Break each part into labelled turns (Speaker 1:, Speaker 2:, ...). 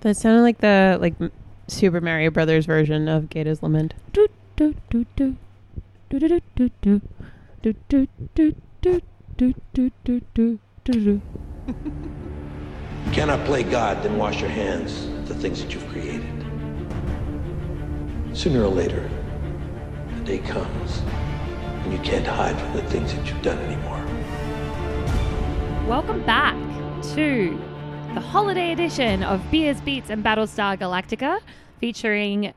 Speaker 1: That sounded like the like m- Super Mario Brothers version of Gata's Lament.
Speaker 2: Do do do do do do do do do do do do do do do do do.
Speaker 3: You cannot play God, then wash your hands of the things that you've created. Sooner or later, the day comes, and you can't hide from the things that you've done anymore.
Speaker 2: Welcome back to the holiday edition of Beers, Beats, and Battlestar Galactica, featuring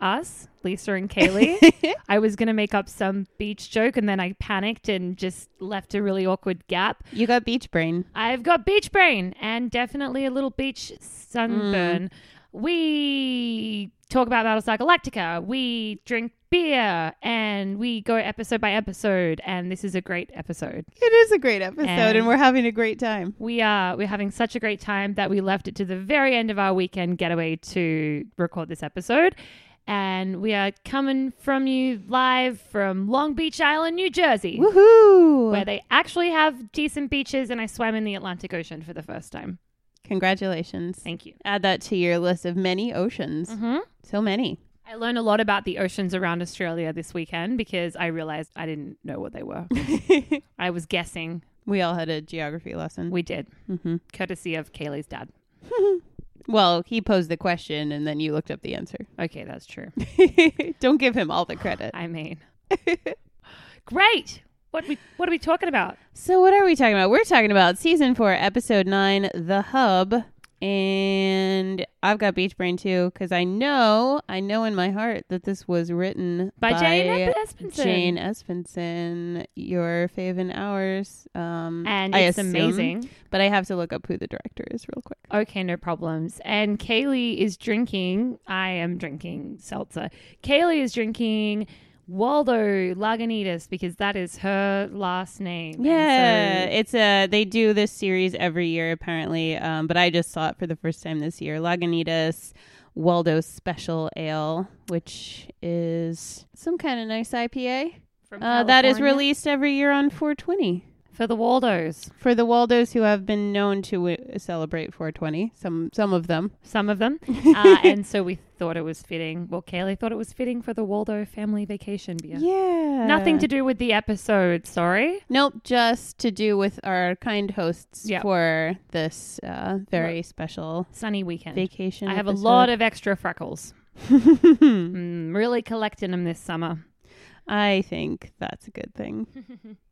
Speaker 2: us, Lisa and Kaylee. I was going to make up some beach joke and then I panicked and just left a really awkward gap.
Speaker 1: You got beach brain.
Speaker 2: I've got beach brain and definitely a little beach sunburn. We talk about Battlestar Galactica. We drink beer and we go episode by episode. And this is a great episode.
Speaker 1: It is a great episode, and,
Speaker 2: And-
Speaker 1: we're having a great time.
Speaker 2: We are we're having such a great time that we left it to the very end of our weekend getaway to record this episode. And we are coming from you live from Long Beach Island, New Jersey,
Speaker 1: Woohoo!
Speaker 2: where they actually have decent beaches. And I swam in the Atlantic Ocean for the first time.
Speaker 1: Congratulations.
Speaker 2: Thank you.
Speaker 1: Add that to your list of many oceans.
Speaker 2: Mhm.
Speaker 1: So many.
Speaker 2: I learned a lot about the oceans around Australia this weekend because I realized I didn't know what they were. I was guessing.
Speaker 1: we all had a geography lesson.
Speaker 2: We did,
Speaker 1: Mhm.
Speaker 2: courtesy of Kaylee's dad.
Speaker 1: well, he posed the question, and then you looked up the answer.
Speaker 2: Okay, that's true.
Speaker 1: Don't give him all the credit.
Speaker 2: I mean, great. What we what are we talking about?
Speaker 1: So, what are we talking about? We're talking about season four, episode nine, The Hub. And I've got beach brain too because I know, I know in my heart that this was written
Speaker 2: By, Jane Espenson.
Speaker 1: Jane Espenson, your fave and ours. Um,
Speaker 2: And
Speaker 1: I
Speaker 2: it's
Speaker 1: assume,
Speaker 2: amazing.
Speaker 1: But I have to look up who the director is real quick.
Speaker 2: Okay, no problems. And Kaylee is drinking. I am drinking seltzer. Kaylee is drinking Waldo Lagunitas because that is her last name. And so-
Speaker 1: Yeah, it's a they do this series every year apparently, um, but I just saw it for the first time this year. Lagunitas Waldo Special Ale, which is some kind of nice IPA
Speaker 2: from
Speaker 1: uh, that is
Speaker 2: California.
Speaker 1: released every year on 420
Speaker 2: for the Waldos.
Speaker 1: for the Waldos who have been known to uh, celebrate 420. Some some of them.
Speaker 2: some of them. Uh, and so we thought it was fitting. Well, Kaylee thought it was fitting for the Waldo family vacation beer.
Speaker 1: Yeah,
Speaker 2: Nothing to do with the episode, sorry.
Speaker 1: Nope, just to do with our kind hosts
Speaker 2: Yep.
Speaker 1: for this uh, very special
Speaker 2: Sunny weekend.
Speaker 1: vacation.
Speaker 2: I have a
Speaker 1: episode.
Speaker 2: lot of extra freckles. Mm, really collecting them this summer.
Speaker 1: I think that's a good thing.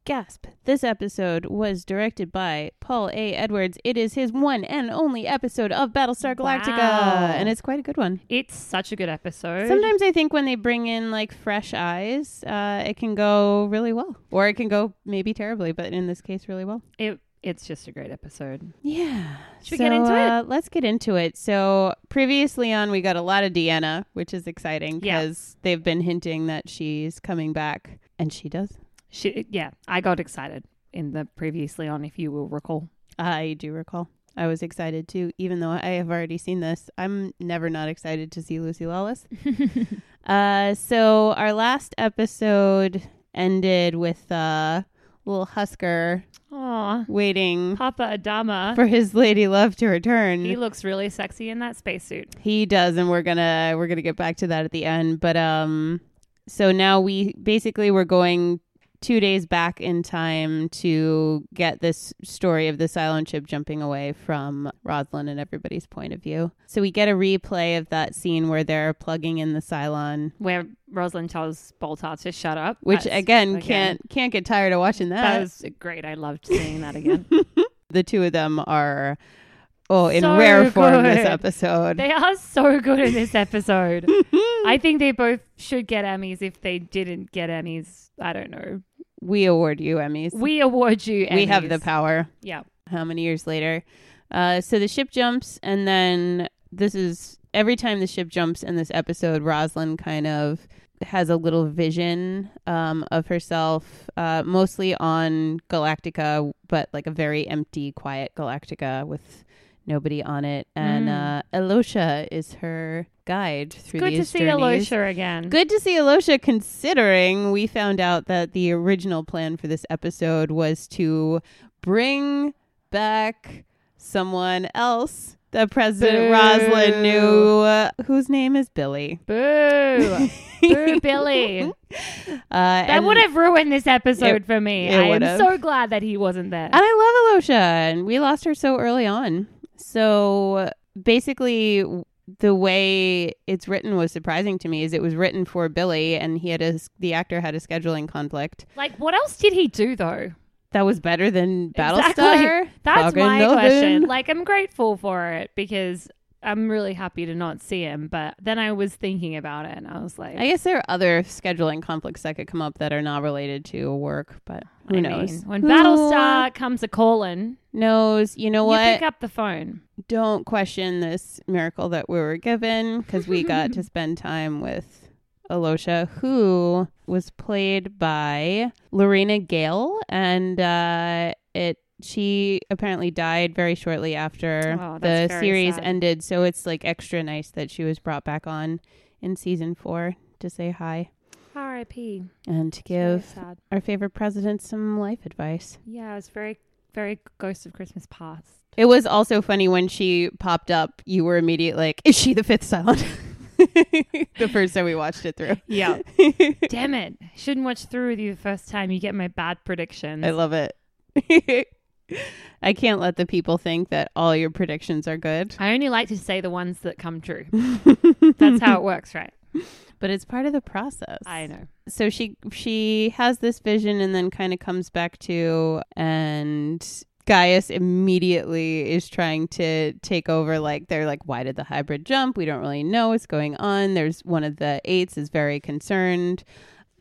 Speaker 1: Gasp. This episode was directed by Paul A. Edwards. It is his one and only episode of Battlestar Galactica,
Speaker 2: Wow.
Speaker 1: and it's quite a good one.
Speaker 2: It's such a good episode.
Speaker 1: Sometimes I think when they bring in like fresh eyes, uh, it can go really well, or it can go maybe terribly, but in this case, really well.
Speaker 2: It, it's just a great episode.
Speaker 1: Yeah.
Speaker 2: Should we get into it?
Speaker 1: uh, Let's get into it. So previously on, we got a lot of Deanna, which is exciting
Speaker 2: Yeah.
Speaker 1: because they've been hinting that she's coming back, and she does.
Speaker 2: She, yeah, I got excited in the previously on, if you will recall.
Speaker 1: I do recall. I was excited too, even though I have already seen this. I'm never not excited to see Lucy Lawless. uh, so our last episode ended with uh, little Husker
Speaker 2: Aw,
Speaker 1: waiting
Speaker 2: Papa Adama.
Speaker 1: for his lady love to return.
Speaker 2: he looks really sexy in that spacesuit.
Speaker 1: He does, and we're gonna we're gonna get back to that at the end. But um, so now we basically we're going two days back in time to get this story of the Cylon ship jumping away from Roslyn and everybody's point of view. So we get a replay of that scene where they're plugging in the Cylon,
Speaker 2: Where Rosalind tells Boltar to shut up.
Speaker 1: which
Speaker 2: That's-
Speaker 1: again, can't can't get tired of watching that.
Speaker 2: That was great. I loved seeing that again.
Speaker 1: the two of them are oh in
Speaker 2: So
Speaker 1: rare form this
Speaker 2: good.
Speaker 1: episode.
Speaker 2: they are so good in this episode. I think they both should get Emmys if they didn't get Emmys. I don't know.
Speaker 1: we award you Emmys.
Speaker 2: We award you Emmys.
Speaker 1: we have the power.
Speaker 2: Yeah.
Speaker 1: how many years later. Uh, so the ship jumps, and then this is every time the ship jumps in this episode, Rosalind kind of has a little vision um, of herself, uh, mostly on Galactica, but like a very empty, quiet Galactica with nobody on it. And uh, Elosha is her guide through
Speaker 2: Hmm. Good to
Speaker 1: these
Speaker 2: see
Speaker 1: journeys.
Speaker 2: Alosha again.
Speaker 1: Good to see Alosha considering we found out that the original plan for this episode was to bring back someone else the President
Speaker 2: Boo.
Speaker 1: Roslin knew uh, whose name is Billy.
Speaker 2: Boo. Boo, Billy.
Speaker 1: Uh,
Speaker 2: That
Speaker 1: and-
Speaker 2: would have ruined this episode for me.
Speaker 1: it
Speaker 2: I am
Speaker 1: would've.
Speaker 2: so glad that he wasn't there.
Speaker 1: And I love Alosha, and we lost her so early on. So basically, the way it's written was surprising to me. Is it was written for Billy, and he had a the actor had a scheduling conflict
Speaker 2: Like, what else did he do, though?
Speaker 1: that was better than Battlestar.
Speaker 2: Exactly. That's
Speaker 1: Fucking
Speaker 2: my
Speaker 1: nothing.
Speaker 2: question. Like, I'm grateful for it because I'm really happy to not see him. But then I was thinking about it and I was like,
Speaker 1: I guess there are other scheduling conflicts that could come up that are not related to work, but who
Speaker 2: I
Speaker 1: knows?
Speaker 2: mean, when
Speaker 1: Who
Speaker 2: Battlestar comes a calling,
Speaker 1: knows, you know
Speaker 2: you
Speaker 1: what?
Speaker 2: pick up the phone.
Speaker 1: Don't question this miracle that we were given because we got to spend time with Alosha, who was played by Lorena Gale, and uh, it she apparently died very shortly after
Speaker 2: Oh,
Speaker 1: the
Speaker 2: that's very
Speaker 1: series
Speaker 2: sad.
Speaker 1: ended. So it's like extra nice that she was brought back on in season four to say hi
Speaker 2: R.I.P.
Speaker 1: and to give our favorite president some life advice.
Speaker 2: Yeah, it was very, very Ghost of Christmas Past.
Speaker 1: It was also funny when she popped up, you were immediately like, Is she the fifth silent? the first time we watched it through.
Speaker 2: Yeah. Damn it. Shouldn't watch through with you the first time you get my bad predictions.
Speaker 1: I love it. I can't let the people think that all your predictions are good.
Speaker 2: I only like to say the ones that come true. That's how it works, right?
Speaker 1: But it's part of the process.
Speaker 2: I know.
Speaker 1: So she she has this vision and then kind of comes back to and Gaius immediately is trying to take over like they're like why did the hybrid jump? We don't really know what's going on. There's one of the eights is very concerned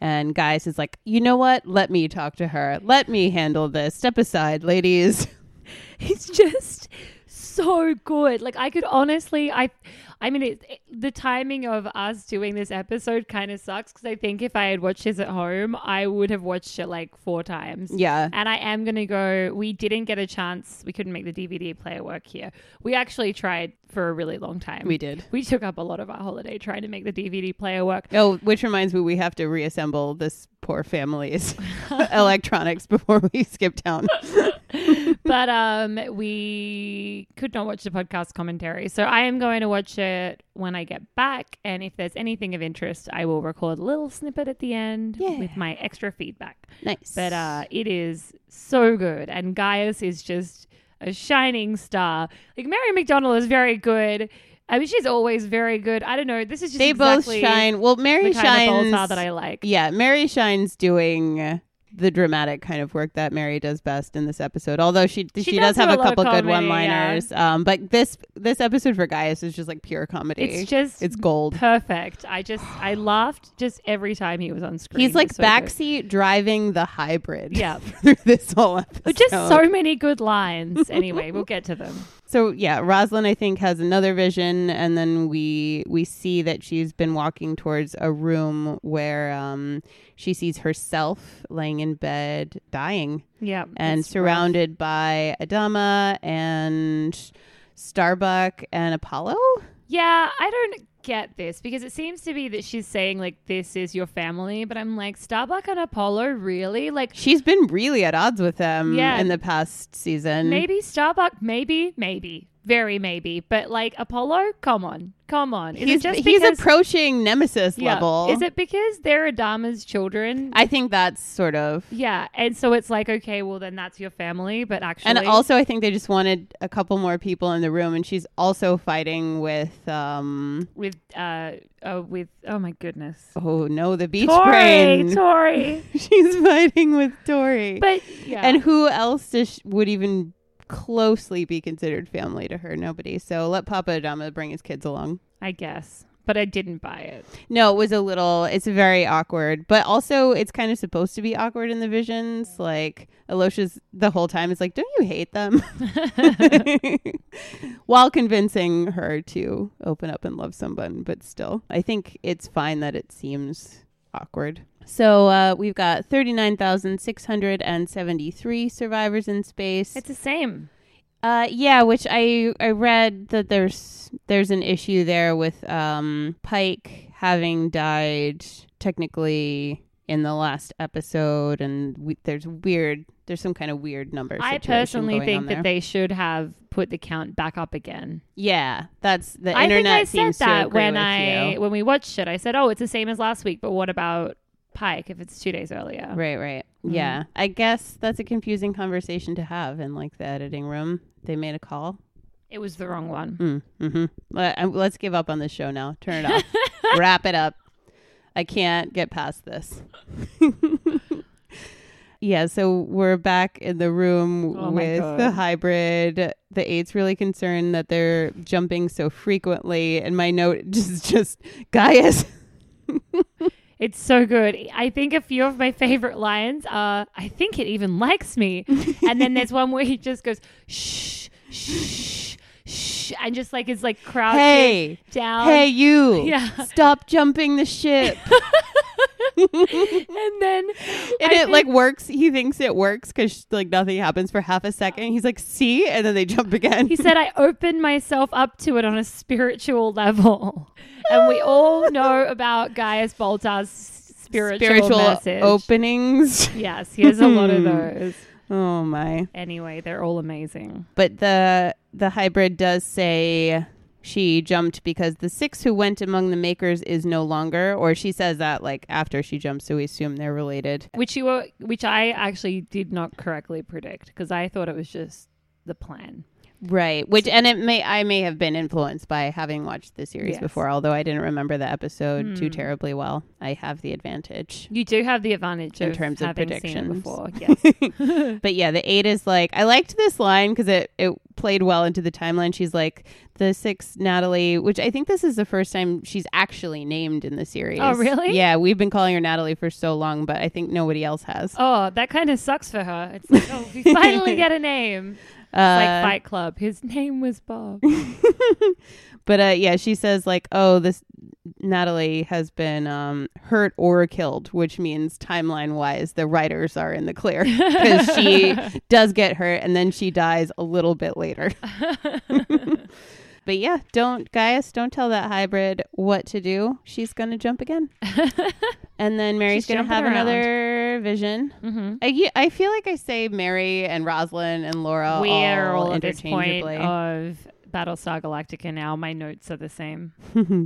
Speaker 1: and Gaius is like, "You know what? Let me talk to her. Let me handle this. Step aside, ladies."
Speaker 2: It's just so good. Like I could honestly, I, I mean, it, it- the timing of us doing this episode kind of sucks because I think if I had watched this at home, I would have watched it like four times.
Speaker 1: Yeah.
Speaker 2: And I am gonna go. We didn't get a chance. We couldn't make the DVD player work here. We actually tried for a really long time.
Speaker 1: We did.
Speaker 2: We took up a lot of our holiday trying to make the DVD player work.
Speaker 1: Oh, which reminds me, we have to reassemble this poor family's electronics before we skip town.
Speaker 2: but um we could not watch the podcast commentary so i am going to watch it when i get back and if there's anything of interest i will record a little snippet at the end
Speaker 1: Yeah.
Speaker 2: with my extra feedback
Speaker 1: Nice.
Speaker 2: but uh it is so good and gaius is just a shining star like mary mcdonald is very good i mean she's always very good i don't know this is just
Speaker 1: they
Speaker 2: exactly
Speaker 1: both shine. Well, Mary
Speaker 2: the kind of
Speaker 1: shines.
Speaker 2: Baltar that i like
Speaker 1: yeah, Mary shines doing the dramatic kind of work that Mary does best in this episode. Although she she, does,
Speaker 2: does do
Speaker 1: have
Speaker 2: a
Speaker 1: a,
Speaker 2: lot of
Speaker 1: couple good
Speaker 2: comedy,
Speaker 1: one liners. Um, but this this episode for Gaius is just like pure comedy.
Speaker 2: it's just
Speaker 1: It's gold.
Speaker 2: perfect i just i laughed just every time he was on screen
Speaker 1: He's
Speaker 2: It
Speaker 1: like
Speaker 2: was so good.
Speaker 1: backseat driving the hybrid.
Speaker 2: Yeah.
Speaker 1: through this whole episode.
Speaker 2: Just so many good lines. Anyway, we'll get to them.
Speaker 1: So yeah, Rosalind I think has another vision, and then we we see that she's been walking towards a room where um, she sees herself laying in bed, dying,
Speaker 2: Yeah.
Speaker 1: and surrounded by Adama and Starbuck and Apollo.
Speaker 2: Yeah, I don't get this because it seems to be that she's saying, like, this is your family, but I'm like, Starbuck and Apollo, really? Like,
Speaker 1: She's been really at odds with them
Speaker 2: Yeah.
Speaker 1: in the past season.
Speaker 2: maybe Starbuck, maybe, maybe, very maybe, but like, Apollo, come on, come on. Is
Speaker 1: he's
Speaker 2: it just
Speaker 1: he's
Speaker 2: because,
Speaker 1: approaching Nemesis
Speaker 2: Yeah.
Speaker 1: level.
Speaker 2: Is it because they're Adama's children?
Speaker 1: I think that's sort of
Speaker 2: yeah, and so it's like, okay, well, then that's your family, but actually.
Speaker 1: And also, I think they just wanted a couple more people in the room, and she's also fighting with, um,
Speaker 2: With, uh, uh, with, oh my goodness.
Speaker 1: oh no, the beach
Speaker 2: Tori,
Speaker 1: brain.
Speaker 2: Tori.
Speaker 1: she's fighting with Tori.
Speaker 2: But yeah.
Speaker 1: and who else does sh- would even closely be considered family to her? Nobody. So let Papa Adama bring his kids along.
Speaker 2: I guess. But I didn't buy it.
Speaker 1: No, it was a little. It's very awkward, but also it's kind of supposed to be awkward in the visions. Like Alosha's the whole time is like, "Don't you hate them?" While convincing her to open up and love someone, but still, I think it's fine that it seems awkward. So uh, we've got thirty nine thousand six hundred and seventy three survivors in space.
Speaker 2: It's the same.
Speaker 1: Uh, yeah, which I I read that there's there's an issue there with um Pike having died technically in the last episode, and we, there's weird. There's some kind of weird number.
Speaker 2: I
Speaker 1: situation
Speaker 2: personally
Speaker 1: going on
Speaker 2: think
Speaker 1: there.
Speaker 2: that they should have put the count back up again.
Speaker 1: Yeah, that's the
Speaker 2: I think
Speaker 1: internet
Speaker 2: I said
Speaker 1: seems to
Speaker 2: that
Speaker 1: agree
Speaker 2: when
Speaker 1: with
Speaker 2: I
Speaker 1: you.
Speaker 2: when we watched it. I said, "Oh, it's the same as last week, but what about Pike if it's two days earlier?"
Speaker 1: Right, right.
Speaker 2: Mhm.
Speaker 1: Yeah. I guess that's a confusing conversation to have in like the editing room. They made a call.
Speaker 2: It was the wrong one.
Speaker 1: Mm, hmm Let, I- let's give up on this show now. Turn it off. Wrap it up. I can't get past this. yeah, so we're back in the room
Speaker 2: Oh my
Speaker 1: with
Speaker 2: God.
Speaker 1: the hybrid. The eight's really concerned that they're jumping so frequently, and my note is just Gaius.
Speaker 2: It's so good. I think a few of my favorite lines are, "I think it even likes me," and then there's one where he just goes, "Shh, shh, shh," and just like is like crouching
Speaker 1: Hey,
Speaker 2: down.
Speaker 1: hey, you!
Speaker 2: Yeah.
Speaker 1: Stop jumping the ship.
Speaker 2: and then
Speaker 1: And
Speaker 2: I
Speaker 1: it
Speaker 2: think-
Speaker 1: like works. He thinks it works because like nothing happens for half a second. He's like, "See," and then they jump again.
Speaker 2: He said, I opened myself up to it on a spiritual level. And we all know about Gaius Baltar's spiritual, message.
Speaker 1: openings.
Speaker 2: yes, he has a lot
Speaker 1: Hmm.
Speaker 2: of those.
Speaker 1: Oh my!
Speaker 2: Anyway, they're all amazing.
Speaker 1: But the the hybrid does say she jumped because the six who went among the makers is no longer, or she says that like after she jumps, so we assume they're related.
Speaker 2: Which you were, which I actually did not correctly predict because I thought it was just the plan.
Speaker 1: Right. Which and it may I may have been influenced by having watched the series
Speaker 2: Yes.
Speaker 1: before, although I didn't remember the episode too
Speaker 2: Hmm.
Speaker 1: terribly well. I have the advantage.
Speaker 2: You do have the advantage
Speaker 1: In
Speaker 2: of
Speaker 1: terms of
Speaker 2: having seen it
Speaker 1: predictions.
Speaker 2: before. Yes.
Speaker 1: But yeah, the eight is like I liked this line because it it played well into the timeline. She's like the six Natalie, which I think this is the first time she's actually named in the series.
Speaker 2: Oh, really?
Speaker 1: Yeah, we've been calling her Natalie for so long, but I think nobody else has.
Speaker 2: oh, that kind of sucks for her. It's like, oh, we finally get a name. It's
Speaker 1: Uh,
Speaker 2: like Fight Club. His name was Bob.
Speaker 1: but uh, yeah, she says like, oh, this Natalie has been um, hurt or killed, which means timeline wise, the writers are in the clear because she does get hurt and then she dies a little bit later. but yeah, don't Gaius, don't tell that hybrid what to do. She's gonna jump again, and then Mary's
Speaker 2: She's
Speaker 1: gonna
Speaker 2: jumping
Speaker 1: have
Speaker 2: around.
Speaker 1: another vision.
Speaker 2: hmm
Speaker 1: I, ye- I feel like I say Mary and Rosalind and Laura
Speaker 2: we are all at this point
Speaker 1: interchangeably.
Speaker 2: of Battlestar Galactica now. My notes are the same.
Speaker 1: Mm-hmm.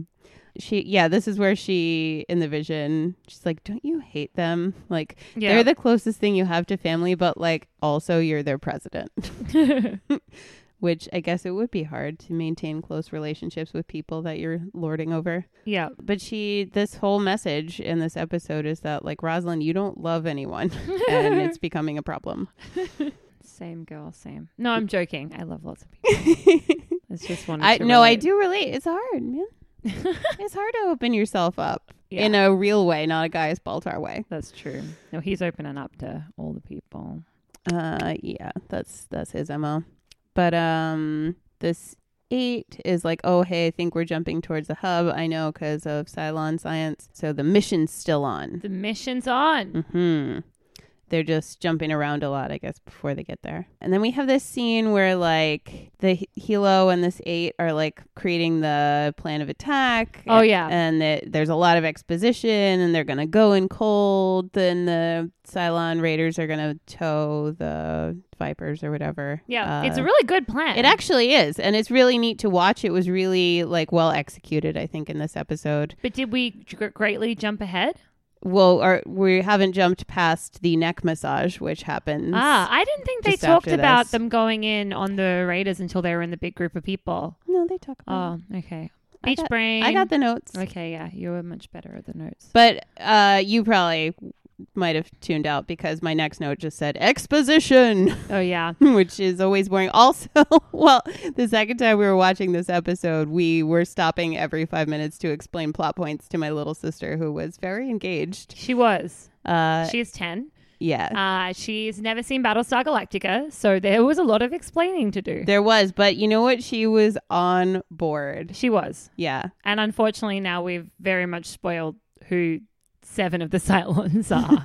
Speaker 1: she yeah this is where she in the vision she's like don't you hate them like
Speaker 2: Yeah.
Speaker 1: they're the closest thing you have to family but like also you're their president which i guess it would be hard to maintain close relationships with people that you're lording over
Speaker 2: Yeah.
Speaker 1: but she this whole message in this episode is that like rosalind you don't love anyone and it's becoming a problem
Speaker 2: Same girl, same. No, I'm joking. I love lots of people. It's just one.
Speaker 1: i no i do relate it's hard man it's hard to open yourself up
Speaker 2: Yeah.
Speaker 1: in a real way not a guy's baltar way
Speaker 2: That's true. No, he's opening up to all the people.
Speaker 1: Uh, yeah, that's that's his mo. But um, this eight is like, oh hey, I think we're jumping towards the hub. I know because of Cylon science, so the mission's still on.
Speaker 2: The mission's on.
Speaker 1: Hmm. They're just jumping around a lot, I guess, before they get there. And then we have this scene where like the Hilo and this eight are like creating the plan of attack.
Speaker 2: Oh, yeah.
Speaker 1: and it, there's a lot of exposition, and they're gonna go in cold. Then the Cylon Raiders are gonna tow the Vipers or whatever.
Speaker 2: Yeah,
Speaker 1: Uh,
Speaker 2: it's a really good plan.
Speaker 1: it actually is, and it's really neat to watch. It was really like well executed, I think, in this episode.
Speaker 2: But did we g- greatly jump ahead?
Speaker 1: Well, our, we haven't jumped past the neck massage, which happens.
Speaker 2: Ah, I didn't think they
Speaker 1: Just
Speaker 2: talked
Speaker 1: after
Speaker 2: about
Speaker 1: this.
Speaker 2: them going in on the raiders until they were in the big group of people.
Speaker 1: no, they talk about.
Speaker 2: Oh, okay.
Speaker 1: Mm. I
Speaker 2: Beach
Speaker 1: got-
Speaker 2: brain.
Speaker 1: it. I got the notes,
Speaker 2: Okay, yeah, you were much better at the notes.
Speaker 1: but uh, you probably might have tuned out because my next note just said exposition,
Speaker 2: Oh yeah,
Speaker 1: which is always boring. Also, well, the second time we were watching this episode, we were stopping every five minutes to explain plot points to my little sister, who was very engaged.
Speaker 2: she was.
Speaker 1: Uh,
Speaker 2: She's ten.
Speaker 1: yeah.
Speaker 2: Uh, she's never seen Battlestar Galactica, so there was a lot of explaining to do.
Speaker 1: there was, but you know what? She was on board.
Speaker 2: She was,
Speaker 1: Yeah.
Speaker 2: and unfortunately, now we've very much spoiled who seven of the Cylons are.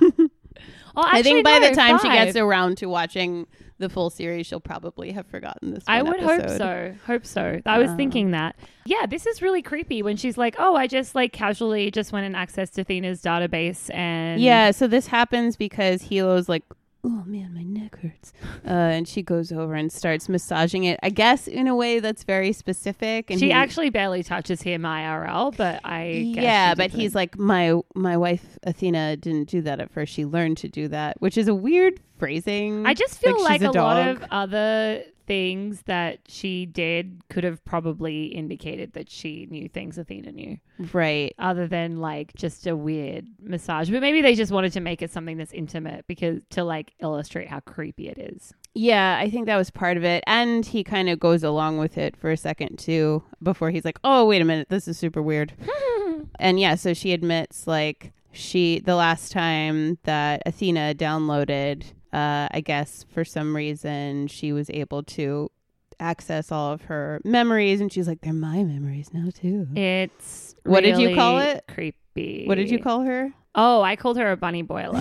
Speaker 2: Oh,
Speaker 1: I
Speaker 2: actually,
Speaker 1: think by
Speaker 2: no,
Speaker 1: the time she
Speaker 2: five.
Speaker 1: gets around to watching the full series, she'll probably have forgotten this.
Speaker 2: I
Speaker 1: one
Speaker 2: would hope
Speaker 1: episode.
Speaker 2: so. Hope so. I was
Speaker 1: Um,
Speaker 2: thinking that. Yeah, this is really creepy when she's like, "Oh, I just like casually just went and accessed Athena's database and
Speaker 1: Yeah, so this happens because Hilo's like, oh man, my neck hurts. Uh, and she goes over and starts massaging it, I guess, in a way that's very specific. And
Speaker 2: she
Speaker 1: he-
Speaker 2: actually barely touches him IRL, but I guess
Speaker 1: yeah,
Speaker 2: she
Speaker 1: but
Speaker 2: doesn't.
Speaker 1: he's like my my wife Athena didn't do that at first. She learned to do that, which is a weird phrasing.
Speaker 2: I just feel like,
Speaker 1: she's
Speaker 2: a, lot
Speaker 1: dog.
Speaker 2: of other things that she did could have probably indicated that she knew things Athena knew,
Speaker 1: right.
Speaker 2: other than like just a weird massage. But maybe they just wanted to make it something that's intimate because to like illustrate how creepy it is.
Speaker 1: Yeah, I think that was part of it. And he kind of goes along with it for a second too before he's like, "Oh, wait a minute, this is super weird." and yeah, so she admits like she the last time that Athena downloaded, uh I guess for some reason she was able to access all of her memories and she's like, "They're my memories now too."
Speaker 2: It's
Speaker 1: What did you call
Speaker 2: really
Speaker 1: it?
Speaker 2: Creepy.
Speaker 1: What did you call her?
Speaker 2: Oh, I called her a bunny boiler,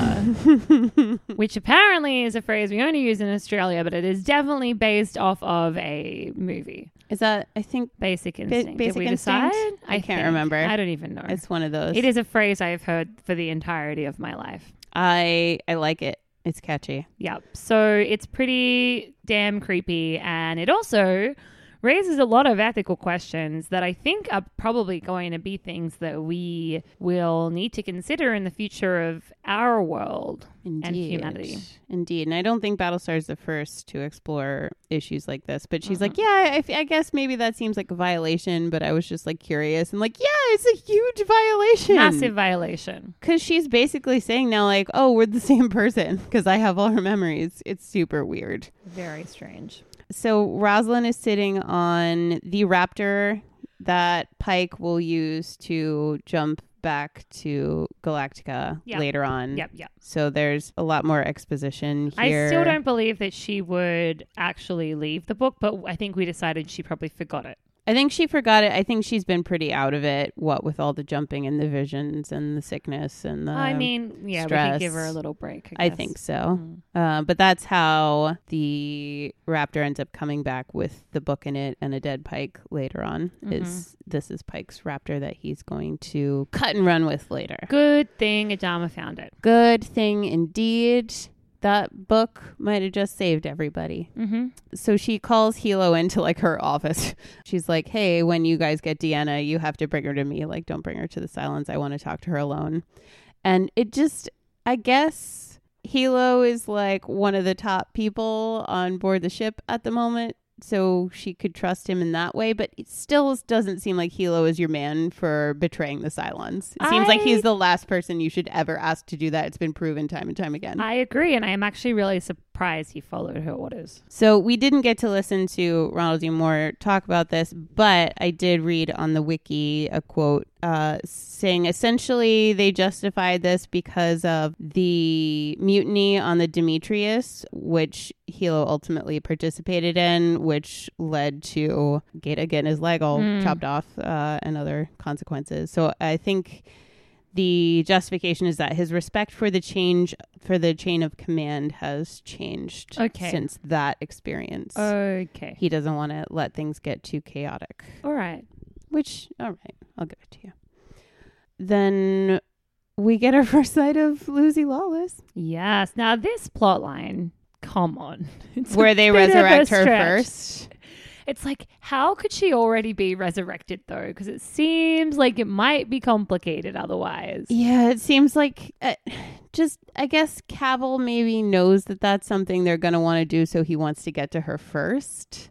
Speaker 2: which apparently is a phrase we only use in Australia, but it is definitely based off of a movie.
Speaker 1: is that I think
Speaker 2: Basic instinct.
Speaker 1: Basic
Speaker 2: Did we
Speaker 1: Instinct?
Speaker 2: decide?
Speaker 1: I can't
Speaker 2: think.
Speaker 1: remember.
Speaker 2: I don't even know.
Speaker 1: it's one of those.
Speaker 2: it is a phrase I have heard for the entirety of my life.
Speaker 1: I I like it. It's catchy.
Speaker 2: Yep. So it's pretty damn creepy, and it also raises a lot of ethical questions that I think are probably going to be things that we will need to consider in the future of our world.
Speaker 1: Indeed.
Speaker 2: humanity.
Speaker 1: Indeed. And I don't think Battlestar is the first to explore issues like this, but she's like, yeah, I, f- I guess maybe that seems like a violation, but I was just like curious and like, yeah, it's a huge violation.
Speaker 2: Massive violation.
Speaker 1: Because she's basically saying now, like, oh, we're the same person because I have all her memories. It's super weird.
Speaker 2: Very strange.
Speaker 1: So Rosalind is sitting on the raptor that Pike will use to jump back to Galactica
Speaker 2: Yeah.
Speaker 1: later on.
Speaker 2: Mm. Yep, yep.
Speaker 1: So there's a lot more exposition here.
Speaker 2: I still don't believe that she would actually leave the book, but I think we decided she probably forgot it.
Speaker 1: I think she forgot it. I think she's been pretty out of it. What with all the jumping and the visions and the sickness and the.
Speaker 2: I mean, yeah, we
Speaker 1: Um, stress.
Speaker 2: could give her a little break. I,
Speaker 1: I
Speaker 2: guess. Mm-hmm.
Speaker 1: think so. Uh, but that's how the raptor ends up coming back with the book in it and a dead pike later on.
Speaker 2: Mm-hmm.
Speaker 1: Is this is Pike's raptor that he's going to cut and run with later?
Speaker 2: Good thing Adama found it.
Speaker 1: Good thing indeed. That book might have just saved everybody.
Speaker 2: Mm-hmm.
Speaker 1: so she calls Hilo into like her office. She's like, "Hey, when you guys get Deanna, you have to bring her to me. Like, don't bring her to the silence. I want to talk to her alone." And it just, I guess, Hilo is like one of the top people on board the ship at the moment, so she could trust him in that way. But it still doesn't seem like Hilo is your man for betraying the Cylons. It seems like
Speaker 2: I-
Speaker 1: he's the last person you should ever ask to do that. It's been proven time and time again.
Speaker 2: I agree, and I am actually really surprised he followed her orders.
Speaker 1: So we didn't get to listen to Ronald D. Moore talk about this, but I did read on the wiki a quote uh, saying essentially they justified this because of the mutiny on the Demetrius, which Hilo ultimately participated in, which led to Gata getting his leg all
Speaker 2: Mm.
Speaker 1: chopped off uh, and other consequences. So I think the justification is that his respect for the change for the chain of command has changed
Speaker 2: Okay.
Speaker 1: since that experience.
Speaker 2: Oh, Okay.
Speaker 1: he doesn't want to let things get too chaotic,
Speaker 2: All right.
Speaker 1: which all right, I'll give it to you. Then we get our first sight of Lucy Lawless,
Speaker 2: Yes. Now this plot line. Come on. It's a
Speaker 1: where they
Speaker 2: bit of a
Speaker 1: resurrect her
Speaker 2: stretch.
Speaker 1: first.
Speaker 2: It's like, how could she already be resurrected though? Because it seems like it might be complicated otherwise.
Speaker 1: Yeah, it seems like uh, just I guess Cavill maybe knows that that's something they're going to want to do, so he wants to get to her first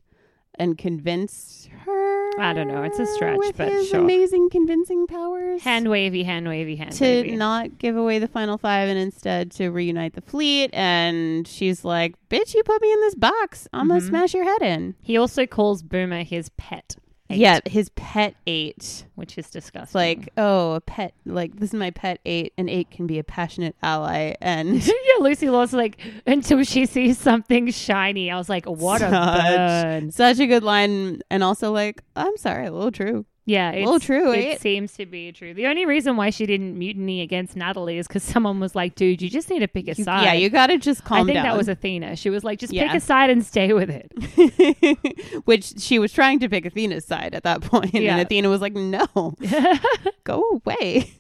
Speaker 1: and convince her.
Speaker 2: I don't know, it's a stretch,
Speaker 1: with
Speaker 2: but
Speaker 1: his
Speaker 2: sure.
Speaker 1: amazing convincing powers
Speaker 2: Hand wavy, hand wavy, hand
Speaker 1: to
Speaker 2: wavy.
Speaker 1: not give away the final five and instead to reunite the fleet. And she's like, "Bitch, you put me in this box. I'm gonna
Speaker 2: Mhm.
Speaker 1: smash your head in."
Speaker 2: he also calls Boomer his pet. eight, Mm.
Speaker 1: Yeah, his pet ate.
Speaker 2: Which is disgusting.
Speaker 1: It's like, oh, a pet. Like this is my pet eight, and eight can be a passionate ally and.
Speaker 2: yeah, Lucy Law's like, until she sees something shiny. I was like, what a
Speaker 1: Such-
Speaker 2: burn.
Speaker 1: Such a good line, and also like, I'm sorry, a little true.
Speaker 2: Yeah, it's,
Speaker 1: Well, true,
Speaker 2: It
Speaker 1: right?
Speaker 2: seems to be true. The only reason why she didn't mutiny against Natalie is because someone was like, "Dude, you just need to pick a
Speaker 1: You-
Speaker 2: side."
Speaker 1: yeah, you got to just calm
Speaker 2: I think
Speaker 1: down.
Speaker 2: that was Athena. She was like, "Just
Speaker 1: Yeah.
Speaker 2: pick a side and stay with it."
Speaker 1: Which she was trying to pick Athena's side at that point,
Speaker 2: Yeah.
Speaker 1: and Athena was like, "No, go away."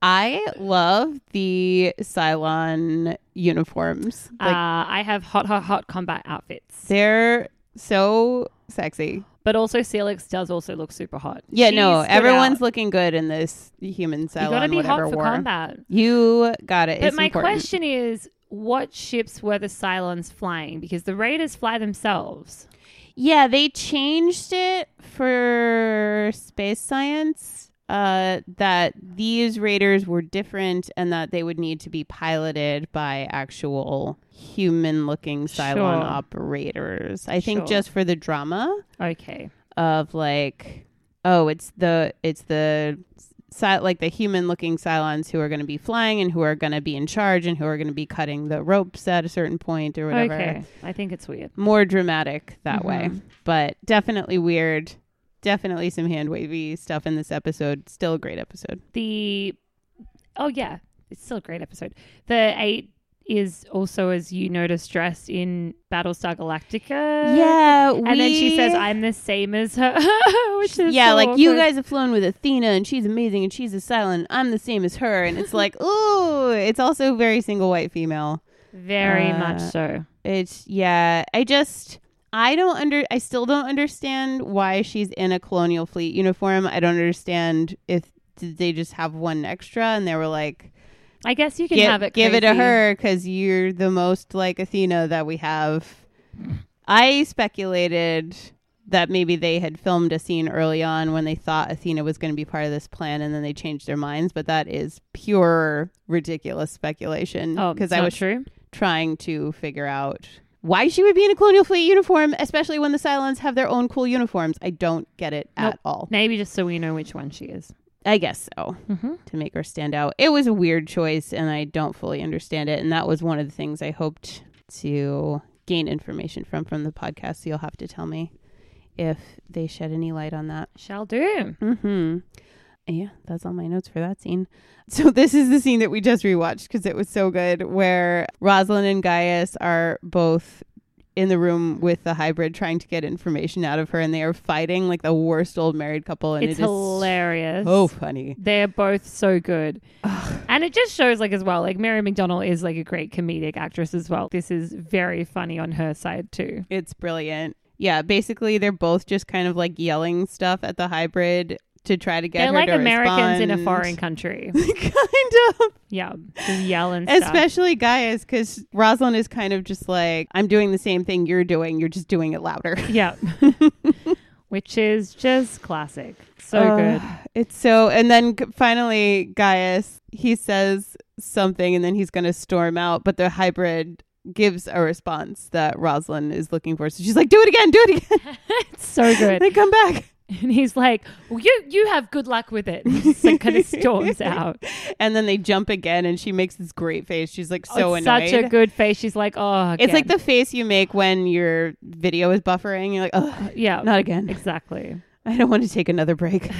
Speaker 1: I love the Cylon uniforms. Like
Speaker 2: uh, I have hot, hot, hot combat outfits,
Speaker 1: they're so sexy.
Speaker 2: but also Celix does also look super hot.
Speaker 1: Yeah,
Speaker 2: She
Speaker 1: no,
Speaker 2: stood
Speaker 1: everyone's
Speaker 2: out.
Speaker 1: looking good in this human Cylon
Speaker 2: you gotta be
Speaker 1: whatever
Speaker 2: hot for
Speaker 1: war.
Speaker 2: combat.
Speaker 1: You got it.
Speaker 2: But
Speaker 1: It's
Speaker 2: my
Speaker 1: important.
Speaker 2: question is, what ships were the Cylons flying? Because the Raiders fly themselves.
Speaker 1: Yeah, they changed it for space science uh, that these raiders were different and that they would need to be piloted by actual human looking Cylon
Speaker 2: Sure.
Speaker 1: operators. I think
Speaker 2: Sure.
Speaker 1: just for the drama
Speaker 2: Okay.
Speaker 1: of like, oh, it's the, it's the. Cy- like the human looking Cylons who are going to be flying and who are going to be in charge and who are going to be cutting the ropes at a certain point or whatever
Speaker 2: Okay. I think it's weird.
Speaker 1: more dramatic that way,
Speaker 2: Mhm.
Speaker 1: but definitely weird. Definitely some hand wavy stuff in this episode. Still a great episode.
Speaker 2: the oh yeah it's still a great episode the eight is also as you noticed dressed in battlestar
Speaker 1: Uh,
Speaker 2: galactica
Speaker 1: yeah, we,
Speaker 2: and then she says i'm the same as her which is
Speaker 1: yeah,
Speaker 2: so
Speaker 1: like you
Speaker 2: awkward.
Speaker 1: guys have flown with Athena, and she's amazing, and she's a silent. I'm the same as her, and it's like, ooh, it's also very single white female.
Speaker 2: very
Speaker 1: uh,
Speaker 2: much so
Speaker 1: It's yeah, I just. I don't under I still don't understand why she's in a colonial fleet uniform. I don't understand if did they just have one extra and they were like
Speaker 2: i guess you can
Speaker 1: Gi-
Speaker 2: have it
Speaker 1: give it to
Speaker 2: crazy.
Speaker 1: her because you're the most like Athena that we have. I speculated that maybe they had filmed a scene early on when they thought Athena was going to be part of this plan, and then they changed their minds. But that is pure ridiculous speculation
Speaker 2: oh because
Speaker 1: because I was
Speaker 2: true
Speaker 1: trying to figure out why she would be in a colonial fleet uniform, especially when the Cylons have their own cool uniforms. I don't get it at
Speaker 2: Nope.
Speaker 1: all.
Speaker 2: maybe just so we know which one she is
Speaker 1: I guess so
Speaker 2: mm-hmm.
Speaker 1: to make her stand out. It was a weird choice, and I don't fully understand it. And that was one of the things I hoped to gain information from from the podcast. So you'll have to tell me if they shed any light on that.
Speaker 2: shall do
Speaker 1: Hmm. Yeah, that's all my notes for that scene. So this is the scene that we just rewatched because it was so good, where Rosalind and Gaius are both in the room with the hybrid trying to get information out of her, and they are fighting like the worst old married couple. And
Speaker 2: it's
Speaker 1: it is
Speaker 2: hilarious
Speaker 1: so funny.
Speaker 2: They're both so good. And it just shows, like, as well, like, Mary McDonnell is, like, a great comedic actress as well. This is very funny on her side, too.
Speaker 1: It's brilliant. Yeah, basically they're both just kind of like yelling stuff at the hybrid to try to get
Speaker 2: They're
Speaker 1: her
Speaker 2: like
Speaker 1: to
Speaker 2: Americans in a
Speaker 1: respond.
Speaker 2: foreign country.
Speaker 1: kind of,
Speaker 2: yeah. Just yell and stuff.
Speaker 1: especially Gaius, because Rosalind is kind of just like, "I'm doing the same thing you're doing. You're just doing it louder."
Speaker 2: yeah. Which is just classic. So
Speaker 1: Uh,
Speaker 2: good.
Speaker 1: It's so, and then g- finally Gaius he says something, and then he's going to storm out, but the hybrid gives a response that Rosalind is looking for. So she's like, "Do it again, do it again."
Speaker 2: It's so good.
Speaker 1: then come back.
Speaker 2: and he's like, well, you, you have good luck with it. So kind of storms out.
Speaker 1: And then they jump again, and she makes this great face. She's like so
Speaker 2: Oh, it's
Speaker 1: annoyed.
Speaker 2: Such a good face. She's like, oh,
Speaker 1: it's like
Speaker 2: again.
Speaker 1: the face you make when your video is buffering. You're like, oh,
Speaker 2: Yeah.
Speaker 1: not again.
Speaker 2: Exactly.
Speaker 1: I don't want to take another break.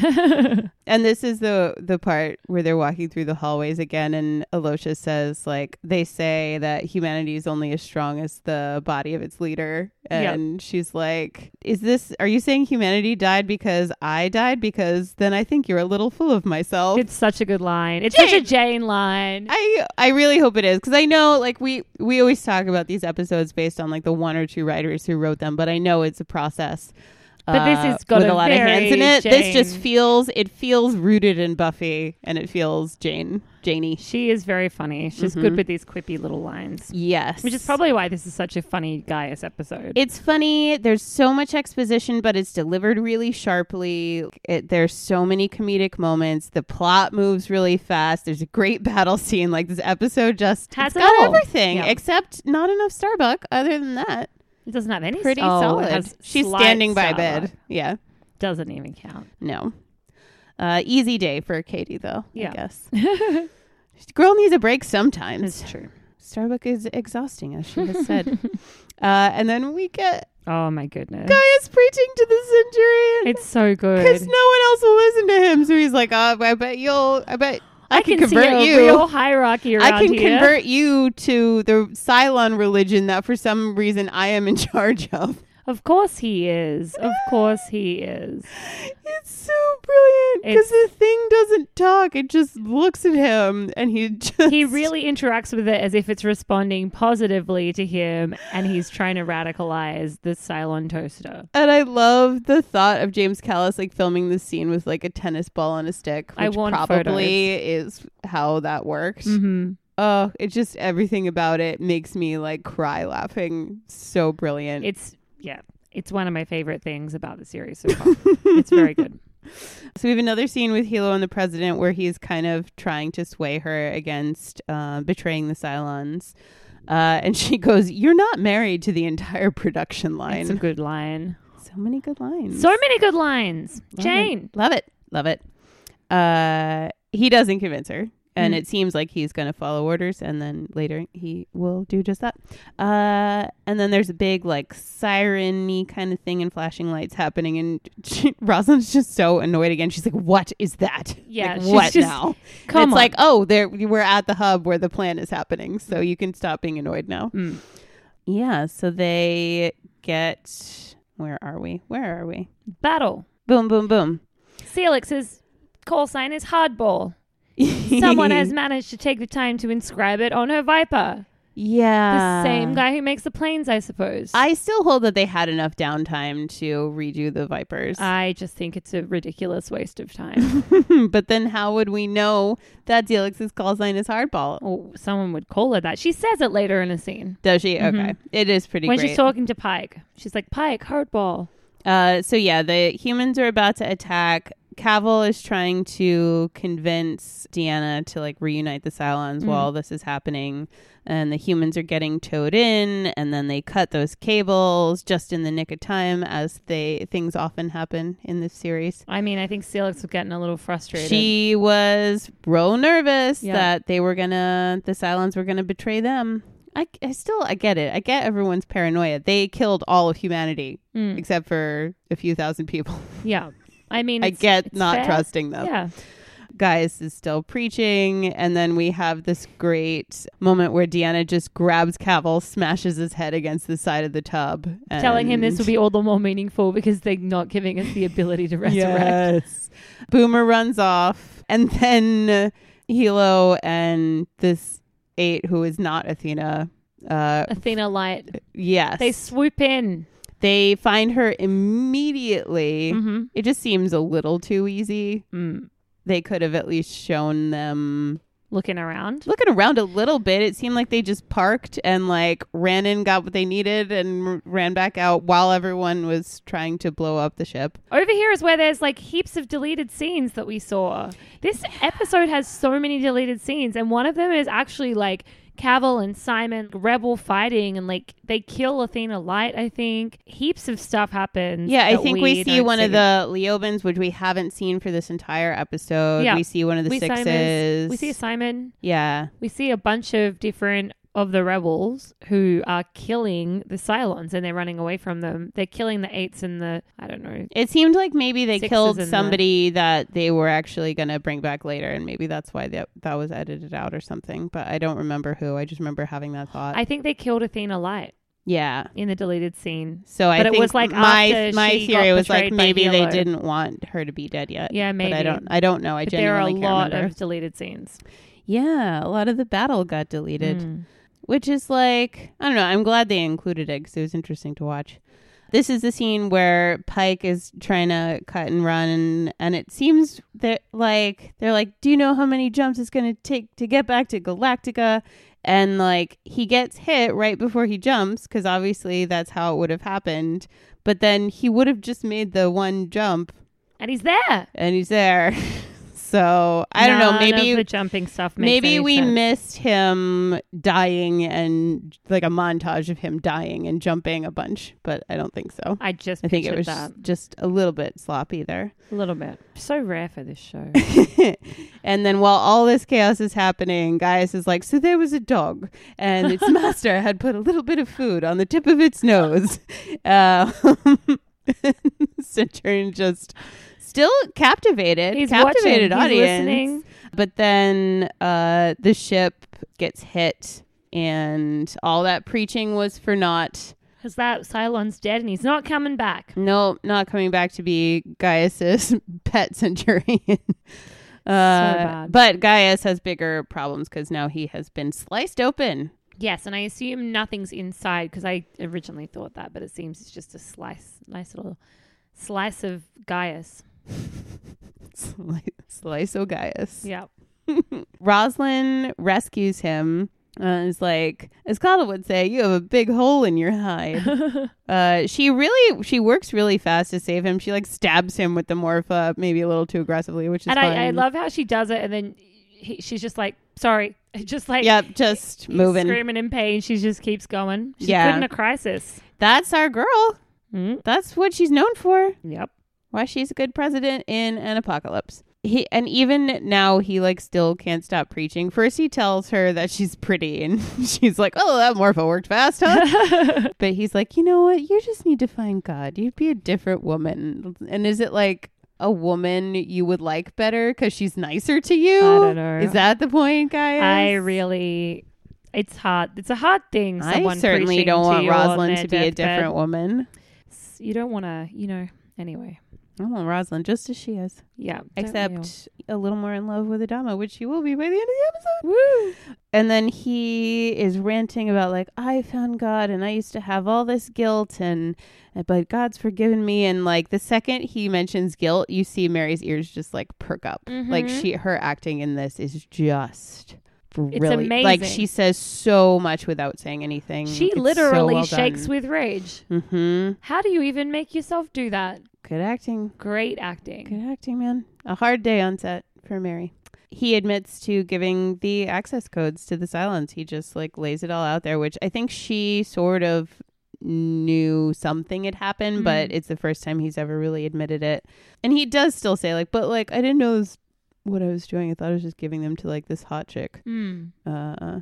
Speaker 1: and this is the the part where they're walking through the hallways again, and Alosha says, like, they say that humanity is only as strong as the body of its leader.
Speaker 2: Yep.
Speaker 1: And she's like, is this? Are you saying humanity died because I died? Because then I think you're a little full of myself.
Speaker 2: It's such a good line. It's such a Jane line.
Speaker 1: I I really hope it is because I know like we we always talk about these episodes based on like the one or two writers who wrote them, but I know it's a process.
Speaker 2: But this
Speaker 1: uh,
Speaker 2: has got
Speaker 1: with
Speaker 2: a
Speaker 1: a lot of hands in
Speaker 2: very
Speaker 1: it. This just
Speaker 2: Jane-
Speaker 1: feels it feels rooted in Buffy and it feels Jane Janey.
Speaker 2: She is very funny. She's good with these quippy little lines,
Speaker 1: Mm-hmm. Yes,
Speaker 2: which is probably why this is such a funny Gaius episode.
Speaker 1: It's funny. There's so much exposition, but it's delivered really sharply. It, there's so many comedic moments. The plot moves really fast. There's a great battle scene. Like this episode just
Speaker 2: Has
Speaker 1: it's
Speaker 2: it
Speaker 1: got
Speaker 2: all.
Speaker 1: everything
Speaker 2: Yeah.
Speaker 1: except not enough Starbuck. Other than that,
Speaker 2: it doesn't have any
Speaker 1: pretty
Speaker 2: oh, it
Speaker 1: solid.
Speaker 2: has
Speaker 1: She's
Speaker 2: slight
Speaker 1: standing by
Speaker 2: sour.
Speaker 1: bed. Yeah,
Speaker 2: Doesn't even count.
Speaker 1: no, uh, easy day for Katie though.
Speaker 2: Yeah.
Speaker 1: I guess. Girl needs a break sometimes.
Speaker 2: It's true.
Speaker 1: Starbuck is exhausting, as she has said. uh, and then we get
Speaker 2: Oh my goodness.
Speaker 1: Guy is preaching to the centurion.
Speaker 2: It's so
Speaker 1: because
Speaker 2: good.
Speaker 1: no one else will listen to him. So he's like, oh, I bet you'll, I bet I, can,
Speaker 2: see
Speaker 1: convert
Speaker 2: a
Speaker 1: you.
Speaker 2: real hierarchy around
Speaker 1: I can
Speaker 2: here.
Speaker 1: convert you to the Cylon religion that for some reason I am in charge of.
Speaker 2: Of course he is. Of course he is.
Speaker 1: It's so brilliant because the
Speaker 2: It's-
Speaker 1: thing doesn't talk; it just looks at him, and he just
Speaker 2: He really interacts with it as if it's responding positively to him, and he's trying to radicalize the Cylon toaster.
Speaker 1: And I love the thought of James Callis like filming this scene with like a tennis ball on a stick,
Speaker 2: I
Speaker 1: which
Speaker 2: want
Speaker 1: probably is how that worked.
Speaker 2: Mm-hmm.
Speaker 1: Oh, it just everything about it makes me like cry laughing. So brilliant.
Speaker 2: It's yeah, it's one of my favorite things about the series so far. it's very good.
Speaker 1: So we have another scene with Hilo and the president where he's kind of trying to sway her against uh, betraying the Cylons. Uh, and she goes, You're not married to the entire production
Speaker 2: It's a
Speaker 1: line.
Speaker 2: good line.
Speaker 1: So many good lines.
Speaker 2: So many good lines.
Speaker 1: Love it.
Speaker 2: Jane.
Speaker 1: Love it. Love it. Uh, he doesn't convince her. And
Speaker 2: Mm.
Speaker 1: it seems like he's going to follow orders. And then later he will do just that. Uh, and then there's a big, like, siren kind of thing and flashing lights happening. And she, Rosalind's just so annoyed again. She's like, What is that?
Speaker 2: Yeah,
Speaker 1: Like,
Speaker 2: she's
Speaker 1: what
Speaker 2: just-
Speaker 1: now? And
Speaker 2: Come
Speaker 1: it's
Speaker 2: on.
Speaker 1: like, Oh, there we're at the hub where the plan is happening. So you can stop being annoyed now.
Speaker 2: Mm.
Speaker 1: Yeah. So they get. Where are we? Where are we?
Speaker 2: battle.
Speaker 1: Boom, boom, boom.
Speaker 2: Celix's call sign is hardball. Someone has managed to take the time to inscribe it on her Viper. The
Speaker 1: Yeah.
Speaker 2: same guy who makes the planes, I suppose.
Speaker 1: Ah. I still hold that they had enough downtime to redo the Vipers.
Speaker 2: I just think it's a ridiculous waste of time.
Speaker 1: but then how would we know that Delix's call sign is Hardball?
Speaker 2: oh, someone would call her that. She says it later in a scene.
Speaker 1: Does she? Okay. It is pretty
Speaker 2: Mm-hmm. When
Speaker 1: great.
Speaker 2: she's talking to Pike, she's like, Pike, hardball.
Speaker 1: Uh, so yeah, the humans are about to attack. Cavill is trying to convince Deanna to like reunite the
Speaker 2: Mm.
Speaker 1: Cylons while this is happening, and the humans are getting towed in, and then they cut those cables just in the nick of time, as they things often happen in this series.
Speaker 2: I mean, I think Celix was getting a little frustrated.
Speaker 1: She was real nervous
Speaker 2: Yeah.
Speaker 1: that they were gonna, the Cylons were gonna betray them. I, I still, I get it. I get everyone's paranoia. They killed all of humanity
Speaker 2: Mm,
Speaker 1: except for a few thousand people.
Speaker 2: yeah. I mean,
Speaker 1: I
Speaker 2: it's-
Speaker 1: get
Speaker 2: it's
Speaker 1: not
Speaker 2: fair.
Speaker 1: trusting them.
Speaker 2: Yeah.
Speaker 1: Gaius is still preaching, and then we have this great moment where Deanna just grabs Cavill, smashes his head against the side of the tub, and
Speaker 2: Telling him this will be all the more meaningful because they're not giving us the ability to resurrect.
Speaker 1: Yes. Boomer runs off, and then Hilo and this eight, who is not Athena, uh,
Speaker 2: Athena Light.
Speaker 1: yes,
Speaker 2: They swoop in.
Speaker 1: they find her immediately.
Speaker 2: Mm-hmm.
Speaker 1: It just seems a little too easy.
Speaker 2: Mm.
Speaker 1: They could have at least shown them
Speaker 2: Looking around.
Speaker 1: looking around a little bit it seemed like they just parked and like ran in got what they needed and r- ran back out while everyone was trying to blow up the ship
Speaker 2: Over here is where there's like heaps of deleted scenes that we saw. This episode has so many deleted scenes, and one of them is actually like Cavill and Simon rebel fighting, and like they kill Athena Light. I think heaps of stuff happens.
Speaker 1: yeah i
Speaker 2: that
Speaker 1: think we, see
Speaker 2: don't
Speaker 1: one of the leobans which we haven't seen for this entire episode
Speaker 2: Yeah.
Speaker 1: we see one of the
Speaker 2: we
Speaker 1: sixes
Speaker 2: Simons- we see Simon.
Speaker 1: yeah
Speaker 2: We see a bunch of different of the rebels who are killing the Cylons, and they're running away from them. They're killing the eights and the I don't know.
Speaker 1: it seemed like maybe they
Speaker 2: Sixes
Speaker 1: killed
Speaker 2: in the-
Speaker 1: somebody that they were actually going to bring back later and maybe that's why that, that was edited out or something but i don't remember who i just remember having that thought
Speaker 2: I think they killed Athena Light
Speaker 1: yeah
Speaker 2: in the deleted scene.
Speaker 1: So I
Speaker 2: But it
Speaker 1: think
Speaker 2: was, like,
Speaker 1: my
Speaker 2: after
Speaker 1: my
Speaker 2: she
Speaker 1: theory
Speaker 2: got
Speaker 1: was like
Speaker 2: betrayed by
Speaker 1: maybe they
Speaker 2: Hilo.
Speaker 1: didn't want her to be dead yet.
Speaker 2: Yeah,
Speaker 1: But I
Speaker 2: maybe.
Speaker 1: don't I don't know. I
Speaker 2: But there are a
Speaker 1: genuinely can't
Speaker 2: lot
Speaker 1: remember.
Speaker 2: of deleted scenes.
Speaker 1: yeah, a lot of the battle got deleted,
Speaker 2: Mm.
Speaker 1: which is like I don't know. I'm glad they included it because it was interesting to watch. This is the scene where Pike is trying to cut and run, and it seems that like they're like, "Do you know how many jumps it's going to take to get back to Galactica?" And like he gets hit right before he jumps because obviously that's how it would have happened. But then he would have just made the one jump,
Speaker 2: And he's there.
Speaker 1: and he's there. So I don't know.
Speaker 2: None of
Speaker 1: Maybe
Speaker 2: the jumping stuff. Makes
Speaker 1: maybe
Speaker 2: any
Speaker 1: we
Speaker 2: sense.
Speaker 1: missed him dying and like a montage of him dying and jumping a bunch, but I don't think so.
Speaker 2: I just
Speaker 1: I think it
Speaker 2: pictured
Speaker 1: was
Speaker 2: that
Speaker 1: just a little bit sloppy there.
Speaker 2: a little bit. So rare for this show.
Speaker 1: and then while all this chaos is happening, Gaius is like, So there was a dog, and its master had put a little bit of food on the tip of its nose. Uh, Centurion just still captivated,
Speaker 2: He's
Speaker 1: captivated
Speaker 2: watching. He's
Speaker 1: audience.
Speaker 2: listening.
Speaker 1: But then uh, the ship gets hit, and all that preaching was for naught.
Speaker 2: Because that Cylon's dead and he's not coming back.
Speaker 1: Nope, not coming back to be Gaius's pet centurion. Uh,
Speaker 2: bad.
Speaker 1: but Gaius has bigger problems because now he has been sliced open.
Speaker 2: Yes, and I assume nothing's inside because I originally thought that, but it seems it's just a slice, nice little slice of Gaius.
Speaker 1: Sli- Slice o Gaius.
Speaker 2: Yeah.
Speaker 1: Roslyn rescues him. Uh, and is like as Cottle would say, you have a big hole in your hide. uh, she really, she works really fast to save him. She like stabs him with the morpha, maybe a little too aggressively, which is
Speaker 2: and
Speaker 1: fine.
Speaker 2: I, I love how she does it, and then he, she's just like, sorry. Just like,
Speaker 1: Yep, just
Speaker 2: he's
Speaker 1: moving.
Speaker 2: Screaming in pain. She just keeps going. She's
Speaker 1: Yeah.
Speaker 2: good in a crisis.
Speaker 1: That's our girl.
Speaker 2: Mm,
Speaker 1: That's what she's known for.
Speaker 2: yep.
Speaker 1: why she's a good president in an apocalypse. He and even now he like still can't stop preaching. First he tells her that she's pretty and she's like, "Oh, that morpho worked fast, huh?" but he's like, "You know what? You just need to find God. You'd be a different woman." And is it like a woman you would like better cuz she's nicer to you?
Speaker 2: I don't know.
Speaker 1: Is that the point, guys?
Speaker 2: I really, it's hard. It's a hard thing.
Speaker 1: I
Speaker 2: Someone
Speaker 1: certainly
Speaker 2: preaching
Speaker 1: don't
Speaker 2: to
Speaker 1: want
Speaker 2: you on
Speaker 1: Rosalind
Speaker 2: their
Speaker 1: to be a
Speaker 2: deathbed.
Speaker 1: different woman.
Speaker 2: You don't want to, you know, anyway.
Speaker 1: I want Rosalind just as she is.
Speaker 2: Yeah. don't we all?
Speaker 1: except a little more in love with Adama, which you will be by the end of the episode. Woo! And then he is ranting about like I found God and I used to have all this guilt and but God's forgiven me and like the second he mentions guilt, you see Mary's ears just like perk up. Like
Speaker 2: Mhm.
Speaker 1: she her acting in this is just brilliant. Like
Speaker 2: amazing.
Speaker 1: she says so much without saying anything.
Speaker 2: She literally shakes with rage.
Speaker 1: Mm-hmm.
Speaker 2: How do you even make yourself do that?
Speaker 1: Good acting.
Speaker 2: Great acting.
Speaker 1: Good acting, man. A hard day on set for Mary. He admits to giving the access codes to the silence. He just like lays it all out there, which I think she sort of knew something had happened, but
Speaker 2: Mm-hmm.
Speaker 1: it's the first time he's ever really admitted it. And he does still say like, but like I didn't know this, what I was doing. I thought I was just giving them to like this hot chick.
Speaker 2: Mm.
Speaker 1: Uh,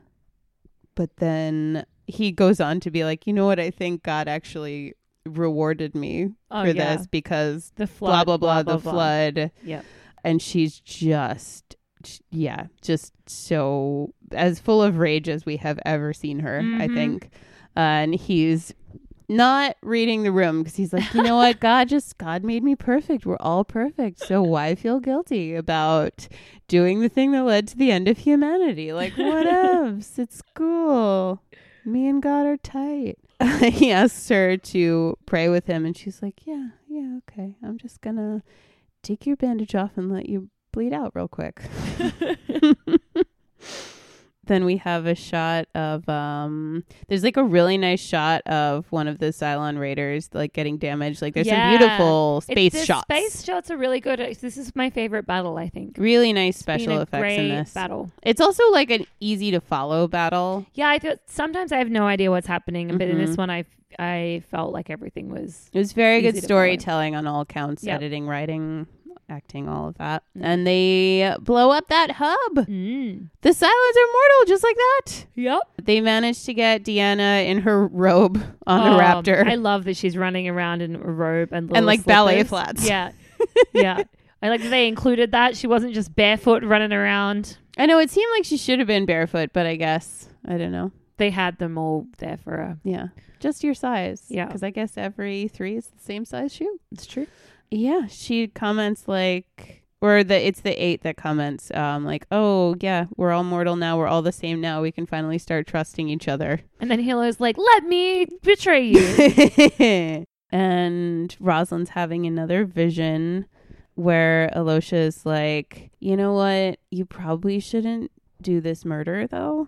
Speaker 1: but then he goes on to be like, you know what? I think God actually rewarded me
Speaker 2: Oh,
Speaker 1: for
Speaker 2: yeah.
Speaker 1: this because
Speaker 2: The
Speaker 1: blah
Speaker 2: flood.
Speaker 1: blah blah, the flood
Speaker 2: Yep.
Speaker 1: and she's just sh- yeah just so as full of rage as we have ever seen her i
Speaker 2: Mhm.
Speaker 1: think Uh, and he's not reading the room because he's like you know what god just god made me perfect we're all perfect so why feel guilty about doing the thing that led to the end of humanity like what else it's cool me and god are tight he asks her to pray with him and she's like yeah yeah okay i'm just gonna take your bandage off and let you bleed out real quick then we have a shot of um there's like a really nice shot of one of the Cylon Raiders like getting damaged. Like there's
Speaker 2: Yeah.
Speaker 1: some beautiful
Speaker 2: It's-
Speaker 1: space
Speaker 2: the
Speaker 1: shots.
Speaker 2: Space shots are really good. This is my favorite battle, I think.
Speaker 1: really nice
Speaker 2: Been
Speaker 1: special
Speaker 2: a
Speaker 1: effects
Speaker 2: great
Speaker 1: in this.
Speaker 2: battle.
Speaker 1: It's also like an easy to follow battle.
Speaker 2: Yeah, I thought sometimes I have no idea what's happening, but in
Speaker 1: Mm-hmm.
Speaker 2: this one, I I felt like everything was
Speaker 1: It was very
Speaker 2: Easy
Speaker 1: good
Speaker 2: to follow.
Speaker 1: storytelling on all counts,
Speaker 2: Yep. Mm-hmm.
Speaker 1: editing, writing, acting, all of that. And they blow up that hub.
Speaker 2: mm.
Speaker 1: The Cylons are mortal just like that.
Speaker 2: yep
Speaker 1: They managed to get Deanna in her robe on the raptor.
Speaker 2: Um, I love that she's running around in a robe and little
Speaker 1: And, like,
Speaker 2: slippers.
Speaker 1: ballet flats.
Speaker 2: Yeah, yeah. I like that they included that. She wasn't just barefoot running around.
Speaker 1: I know it seemed like she should have been barefoot, but I guess I don't know.
Speaker 2: They had them all there for her.
Speaker 1: Yeah, just your size.
Speaker 2: Yeah.
Speaker 1: because I guess every three is the same size shoe.
Speaker 2: It's true.
Speaker 1: Yeah, she comments like, or the it's the eight that comments, um, like, oh yeah, we're all mortal now. We're all the same now. We can finally start trusting each other.
Speaker 2: And then Hilo's like, "Let me betray you."
Speaker 1: and Rosalind's having another vision where Alosha's like, you know what? You probably shouldn't do this murder though.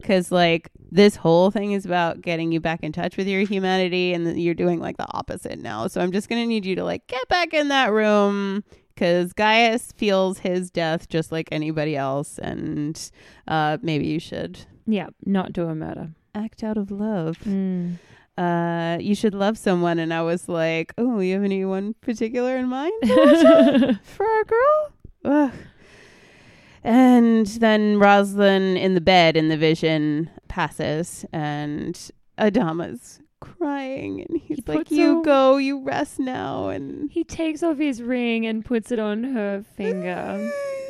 Speaker 1: Because, like, this whole thing is about getting you back in touch with your humanity, and that you're doing like the opposite now. So I'm just going to need you to, like, get back in that room. because Gaius feels his death just like anybody else, and uh, maybe you should
Speaker 2: Yeah, not do a murder.
Speaker 1: act out of love.
Speaker 2: Mm.
Speaker 1: Uh, you should love someone, and I was like, oh, you have anyone particular in mind for our girl? Ugh. And then Roslyn in the bed in the vision passes, and Adama's crying, and he's like,
Speaker 2: puts
Speaker 1: "You
Speaker 2: a-
Speaker 1: go, you rest now." And
Speaker 2: He takes off his ring and puts it on her finger.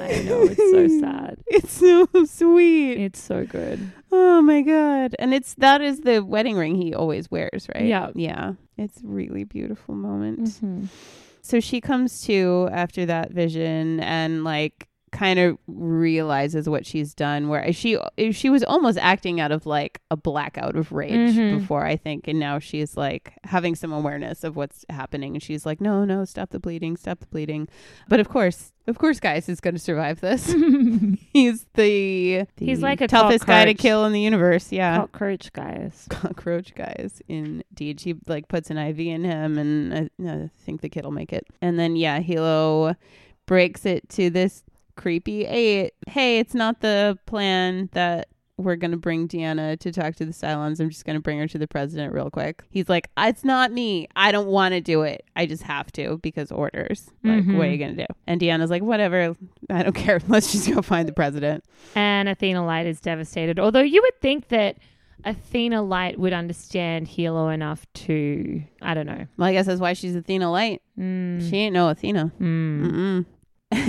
Speaker 2: I know, it's so sad.
Speaker 1: It's so sweet.
Speaker 2: It's so good.
Speaker 1: Oh my god. And it's that is the wedding ring he always wears, right?
Speaker 2: Yeah. Mm-hmm.
Speaker 1: Yeah. It's a really beautiful moment. So she comes to after that vision and like kind of realizes what she's done where she she was almost acting out of like a blackout of rage
Speaker 2: Mhm.
Speaker 1: before I think and now she's like having some awareness of what's happening and she's like no no stop the bleeding stop the bleeding but of course of course guys is going to survive this he's the,
Speaker 2: He's
Speaker 1: the
Speaker 2: like a
Speaker 1: toughest guy to
Speaker 2: cockroach.
Speaker 1: kill in the universe yeah
Speaker 2: Cockroach guys.
Speaker 1: cockroach guys indeed she E, like puts an iv in him and I, no, I think the kid'll make it and then yeah hilo breaks it to this creepy eight hey it's not the plan that we're gonna bring Deanna to talk to the Cylons. I'm just gonna bring her to the president real quick. He's like, "It's not me. I don't want to do it. I just have to because orders. Like,
Speaker 2: Mhm.
Speaker 1: what are you gonna do?" And Deanna's like, "Whatever. I don't care. Let's just go find the president."
Speaker 2: And Athena Light is devastated. Although you would think that Athena Light would understand Hilo enough to, I don't know.
Speaker 1: Well, I guess that's why she's Athena Light.
Speaker 2: Mm,
Speaker 1: She ain't no Athena.
Speaker 2: mm.
Speaker 1: Mm-mm. Mm-hmm.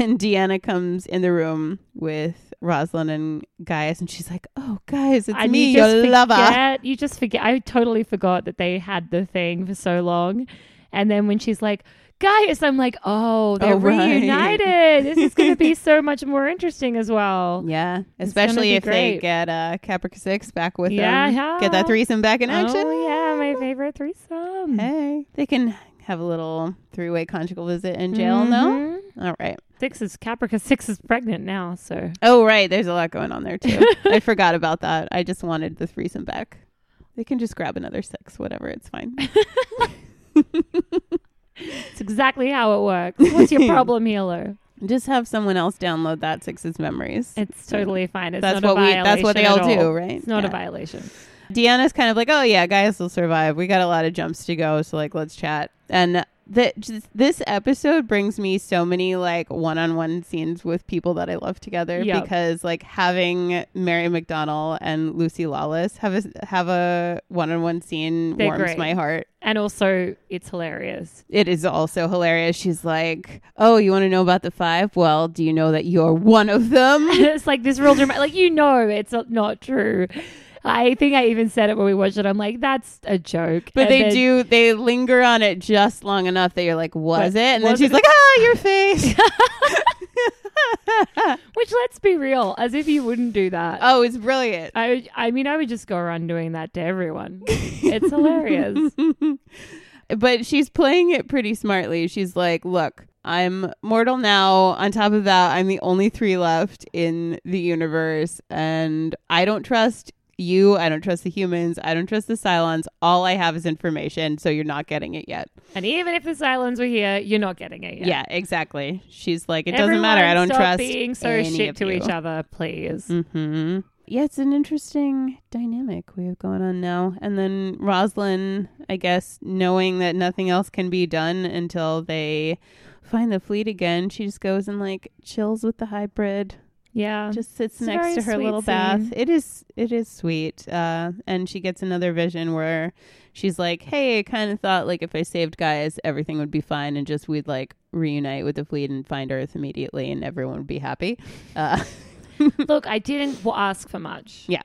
Speaker 1: And Deanna comes in the room with Rosalind and Gaius, and she's like, "Oh, guys, it's
Speaker 2: And
Speaker 1: me,
Speaker 2: you just
Speaker 1: your lover."
Speaker 2: forget- You just forget. I totally forgot that they had the thing for so long. And then when she's like, Gaius, I'm like, oh, they're
Speaker 1: Oh, right.
Speaker 2: reunited. This is going to be so much more interesting as well.
Speaker 1: Yeah,
Speaker 2: It's
Speaker 1: especially
Speaker 2: gonna be
Speaker 1: if they
Speaker 2: great.
Speaker 1: get uh, Caprica Six back with
Speaker 2: Yeah,
Speaker 1: them.
Speaker 2: yeah.
Speaker 1: Get that threesome back in action.
Speaker 2: Oh, yeah, my favorite threesome.
Speaker 1: Hey, they can have a little three-way conjugal visit in jail. No,
Speaker 2: Mhm.
Speaker 1: all right.
Speaker 2: Six is Caprica. Six is pregnant now, so
Speaker 1: Oh, right. There's a lot going on there too. I forgot about that. I just wanted the threesome back. They can just grab another six. Whatever, it's fine.
Speaker 2: it's exactly how it works. What's your problem, Hilo?
Speaker 1: just have someone else download that six's memories.
Speaker 2: It's totally fine. It's
Speaker 1: that's
Speaker 2: not
Speaker 1: what
Speaker 2: a
Speaker 1: we.
Speaker 2: violation
Speaker 1: That's what they
Speaker 2: at
Speaker 1: all do, right?
Speaker 2: It's not
Speaker 1: Yeah.
Speaker 2: a violation.
Speaker 1: Deanna's kind of like, oh yeah, guys will survive. We got a lot of jumps to go, so like let's chat. And that this episode brings me so many like one-on-one scenes with people that I love together
Speaker 2: Yep.
Speaker 1: because like having Mary McDonnell and Lucy Lawless have a have a one-on-one scene
Speaker 2: They're
Speaker 1: warms
Speaker 2: great.
Speaker 1: my heart.
Speaker 2: And also, it's hilarious.
Speaker 1: It is also hilarious. She's like, oh, you want to know about the five? Well, do you know that you're one of them?
Speaker 2: it's like this real dramatic. Like you know, it's not, not true. I think I even said it when we watched it. I'm like, that's a joke.
Speaker 1: But
Speaker 2: And
Speaker 1: they
Speaker 2: then-
Speaker 1: do, they linger on it just long enough that you're like, was
Speaker 2: Was-
Speaker 1: it? And then
Speaker 2: was
Speaker 1: she's
Speaker 2: it?
Speaker 1: like, ah, your face.
Speaker 2: Which let's be real, as if you wouldn't do that.
Speaker 1: oh, it's brilliant.
Speaker 2: I I mean, I would just go around doing that to everyone. it's hilarious.
Speaker 1: But she's playing it pretty smartly. She's like, look, I'm mortal now. On top of that, I'm the only three left in the universe. And I don't trust you. I don't trust the humans. I don't trust the Cylons. All I have is information. So you're not getting it yet.
Speaker 2: And even if the Cylons were here, you're not getting it.
Speaker 1: Yeah,
Speaker 2: Yet.
Speaker 1: exactly. She's like, it doesn't
Speaker 2: Everyone
Speaker 1: matter. I don't
Speaker 2: stop
Speaker 1: trust
Speaker 2: being so
Speaker 1: any
Speaker 2: shit
Speaker 1: of
Speaker 2: to
Speaker 1: you.
Speaker 2: each other, please.
Speaker 1: Mm-hmm. Yeah, it's an interesting dynamic we have going on now. And then Roslyn, I guess, knowing that nothing else can be done until they find the fleet again, she just goes and like chills with the hybrid.
Speaker 2: Yeah.
Speaker 1: Just sits
Speaker 2: It's a
Speaker 1: next
Speaker 2: very
Speaker 1: to her
Speaker 2: sweet
Speaker 1: little
Speaker 2: scene.
Speaker 1: bath. It is it is sweet. Uh, and she gets another vision where she's like, "Hey, I kind of thought like if I saved guys, everything would be fine, and just we'd like reunite with the fleet and find Earth immediately, and everyone would be happy." Uh,
Speaker 2: Look, I didn't w- ask for much.
Speaker 1: Yeah.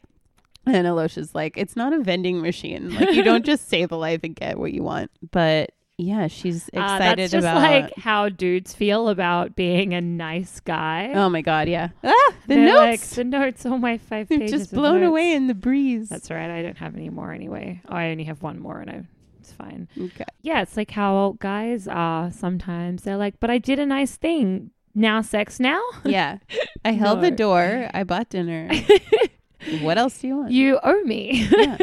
Speaker 1: And Alosha's like, it's not a vending machine. Like you don't just save a life and get what you want. But yeah, she's
Speaker 2: Uh,
Speaker 1: excited
Speaker 2: that's just
Speaker 1: about.
Speaker 2: like how dudes feel about being a nice guy.
Speaker 1: oh my god, yeah. Ah, the
Speaker 2: They're like,
Speaker 1: notes.
Speaker 2: the notes. Oh my, five
Speaker 1: They're
Speaker 2: pages.
Speaker 1: just
Speaker 2: of
Speaker 1: blown
Speaker 2: notes."
Speaker 1: away in the breeze.
Speaker 2: That's right. I don't have any more anyway. Oh, I only have one more, and I, it's fine.
Speaker 1: okay.
Speaker 2: Yeah, it's like how guys are sometimes. They're like, but I did a nice thing. Now sex now?
Speaker 1: Yeah. I held the
Speaker 2: No.
Speaker 1: door. I bought dinner. what else do you want?
Speaker 2: You owe me.
Speaker 1: Yeah.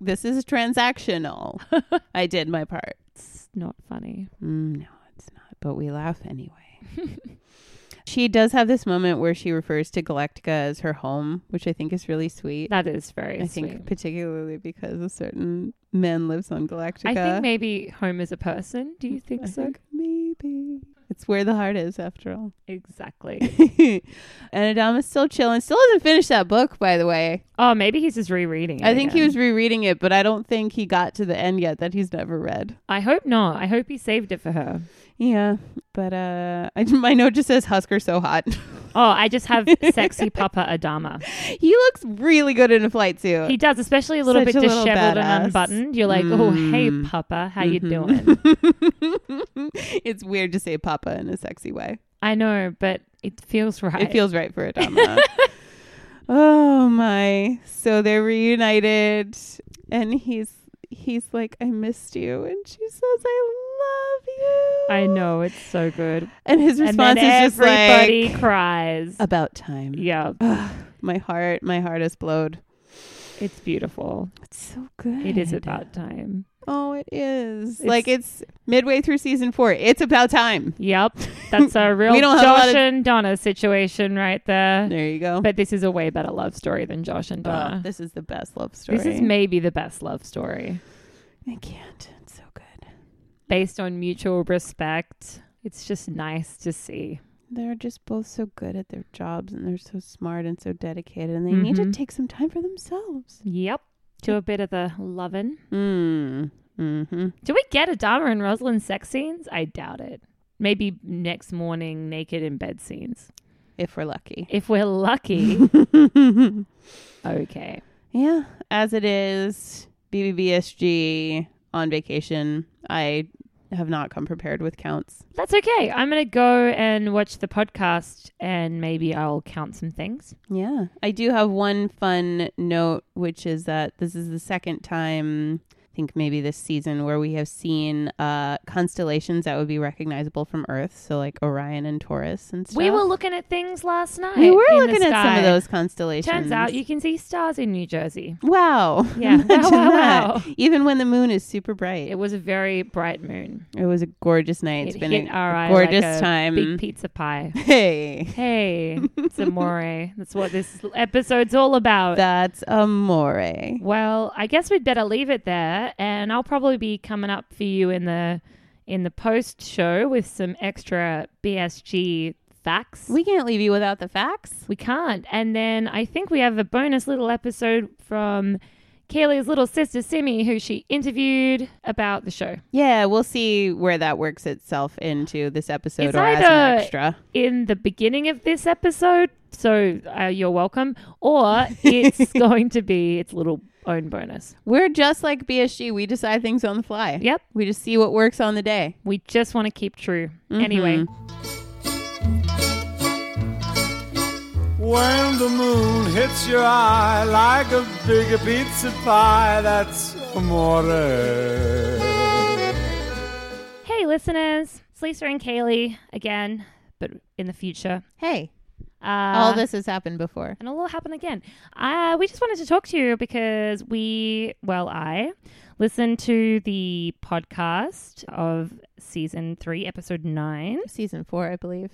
Speaker 1: this is transactional. I did my part.
Speaker 2: it's not funny.
Speaker 1: Mm, no, it's not. But we laugh anyway. she does have this moment where she refers to Galactica as her home, which I think is really sweet.
Speaker 2: That is very
Speaker 1: I
Speaker 2: sweet.
Speaker 1: think particularly because a certain man lives on Galactica.
Speaker 2: I think maybe home is a person. Do you think
Speaker 1: I
Speaker 2: so?
Speaker 1: think maybe it's where the heart is after all.
Speaker 2: Exactly.
Speaker 1: and Adama's still chilling. Still hasn't finished that book, by the way.
Speaker 2: Oh, maybe he's just rereading. It
Speaker 1: I think he
Speaker 2: again.
Speaker 1: was rereading it, but I don't think he got to the end yet that he's never read.
Speaker 2: I hope not. I hope he saved it for her.
Speaker 1: Yeah, but uh, I, my note just says Husker so hot.
Speaker 2: Oh, I just have sexy Papa Adama.
Speaker 1: he looks really good in a flight suit.
Speaker 2: He does, especially a little
Speaker 1: Such
Speaker 2: bit
Speaker 1: a little
Speaker 2: disheveled
Speaker 1: badass.
Speaker 2: and unbuttoned. You're like, oh, hey,
Speaker 1: Mm.
Speaker 2: Papa, how you
Speaker 1: Mhm.
Speaker 2: doing?
Speaker 1: Mm-hmm. it's weird to say Papa in a sexy way.
Speaker 2: I know, but it feels right.
Speaker 1: It feels right for Adama. oh my. So they're reunited and he's he's like, I missed you and she says, I love you.
Speaker 2: I know it's so good.
Speaker 1: And his
Speaker 2: And then
Speaker 1: response is just
Speaker 2: everybody
Speaker 1: like
Speaker 2: cries.
Speaker 1: about time.
Speaker 2: yeah,
Speaker 1: Ugh, my heart, my heart is blowed.
Speaker 2: it's beautiful.
Speaker 1: It's so good.
Speaker 2: It is about time.
Speaker 1: Oh, it is.
Speaker 2: It's-
Speaker 1: like it's midway through season four. It's about time.
Speaker 2: Yep, that's a real
Speaker 1: We don't have a lot
Speaker 2: Josh
Speaker 1: of-
Speaker 2: and Donna situation right there.
Speaker 1: There you go.
Speaker 2: But this is a way better love story than Josh and
Speaker 1: Oh,
Speaker 2: Donna.
Speaker 1: this is the best love story.
Speaker 2: this is maybe the best love story
Speaker 1: I can't. It's so good.
Speaker 2: based on mutual respect. It's just nice to see.
Speaker 1: They're just both so good at their jobs and they're so smart and so dedicated and they need to
Speaker 2: Mhm.
Speaker 1: take some time for themselves.
Speaker 2: Yep,
Speaker 1: Hmm.
Speaker 2: do a bit of the lovin'.
Speaker 1: Mm. Mm-hmm.
Speaker 2: Do we get Adama and Rosalind sex scenes? I doubt it. Maybe next morning, naked in bed scenes.
Speaker 1: If we're lucky.
Speaker 2: If we're lucky. okay.
Speaker 1: yeah. As it is, BBBSG on vacation. I have not come prepared with counts.
Speaker 2: That's okay. I'm going to go and watch the podcast and maybe I'll count some things.
Speaker 1: Yeah. I do have one fun note, which is that this is the second time, I think maybe this season, where we have seen uh, constellations that would be recognizable from Earth. So, like Orion and Taurus and stuff.
Speaker 2: We were looking at things last night.
Speaker 1: We were
Speaker 2: in the
Speaker 1: looking at some
Speaker 2: sky.
Speaker 1: of those constellations.
Speaker 2: Turns out you can see stars in New Jersey.
Speaker 1: Wow.
Speaker 2: Yeah. Wow,
Speaker 1: Imagine
Speaker 2: wow,
Speaker 1: that.
Speaker 2: wow.
Speaker 1: Even when the moon is super
Speaker 2: It
Speaker 1: bright.
Speaker 2: was a very bright moon.
Speaker 1: It was a gorgeous night.
Speaker 2: It
Speaker 1: has been
Speaker 2: hit
Speaker 1: a
Speaker 2: our eye
Speaker 1: gorgeous
Speaker 2: like a
Speaker 1: time.
Speaker 2: Big pizza pie.
Speaker 1: hey.
Speaker 2: Hey, it's amore. That's what this episode's all about.
Speaker 1: That's amore.
Speaker 2: Well, I guess we'd better leave it there, and I'll probably be coming up for you in the in the post show with some extra BSG facts.
Speaker 1: We can't leave you without the facts.
Speaker 2: we can't. And then I think we have a bonus little episode from Kaylee's little sister Simi, who she interviewed about the show.
Speaker 1: Yeah, we'll see where that works itself into this episode
Speaker 2: It's
Speaker 1: or as an
Speaker 2: either-
Speaker 1: extra.
Speaker 2: in the beginning of this episode, so uh, you're welcome. Or it's going to be its little own bonus.
Speaker 1: We're just like BSG. We decide things on the fly.
Speaker 2: Yep,
Speaker 1: We just see what works on the day.
Speaker 2: we just want to keep true. Anyway,
Speaker 1: Mm-hmm.
Speaker 4: When the moon hits your eye like a bigger pizza pie, that's amore.
Speaker 2: hey listeners, it's Lisa and Kaylee again, but in the future.
Speaker 1: Hey,
Speaker 2: Uh,
Speaker 1: all this has happened before.
Speaker 2: and it'll all happen again. Uh, we just wanted to talk to you because we, well, I listened to the podcast of season three, episode nine,
Speaker 1: Season four, I believe.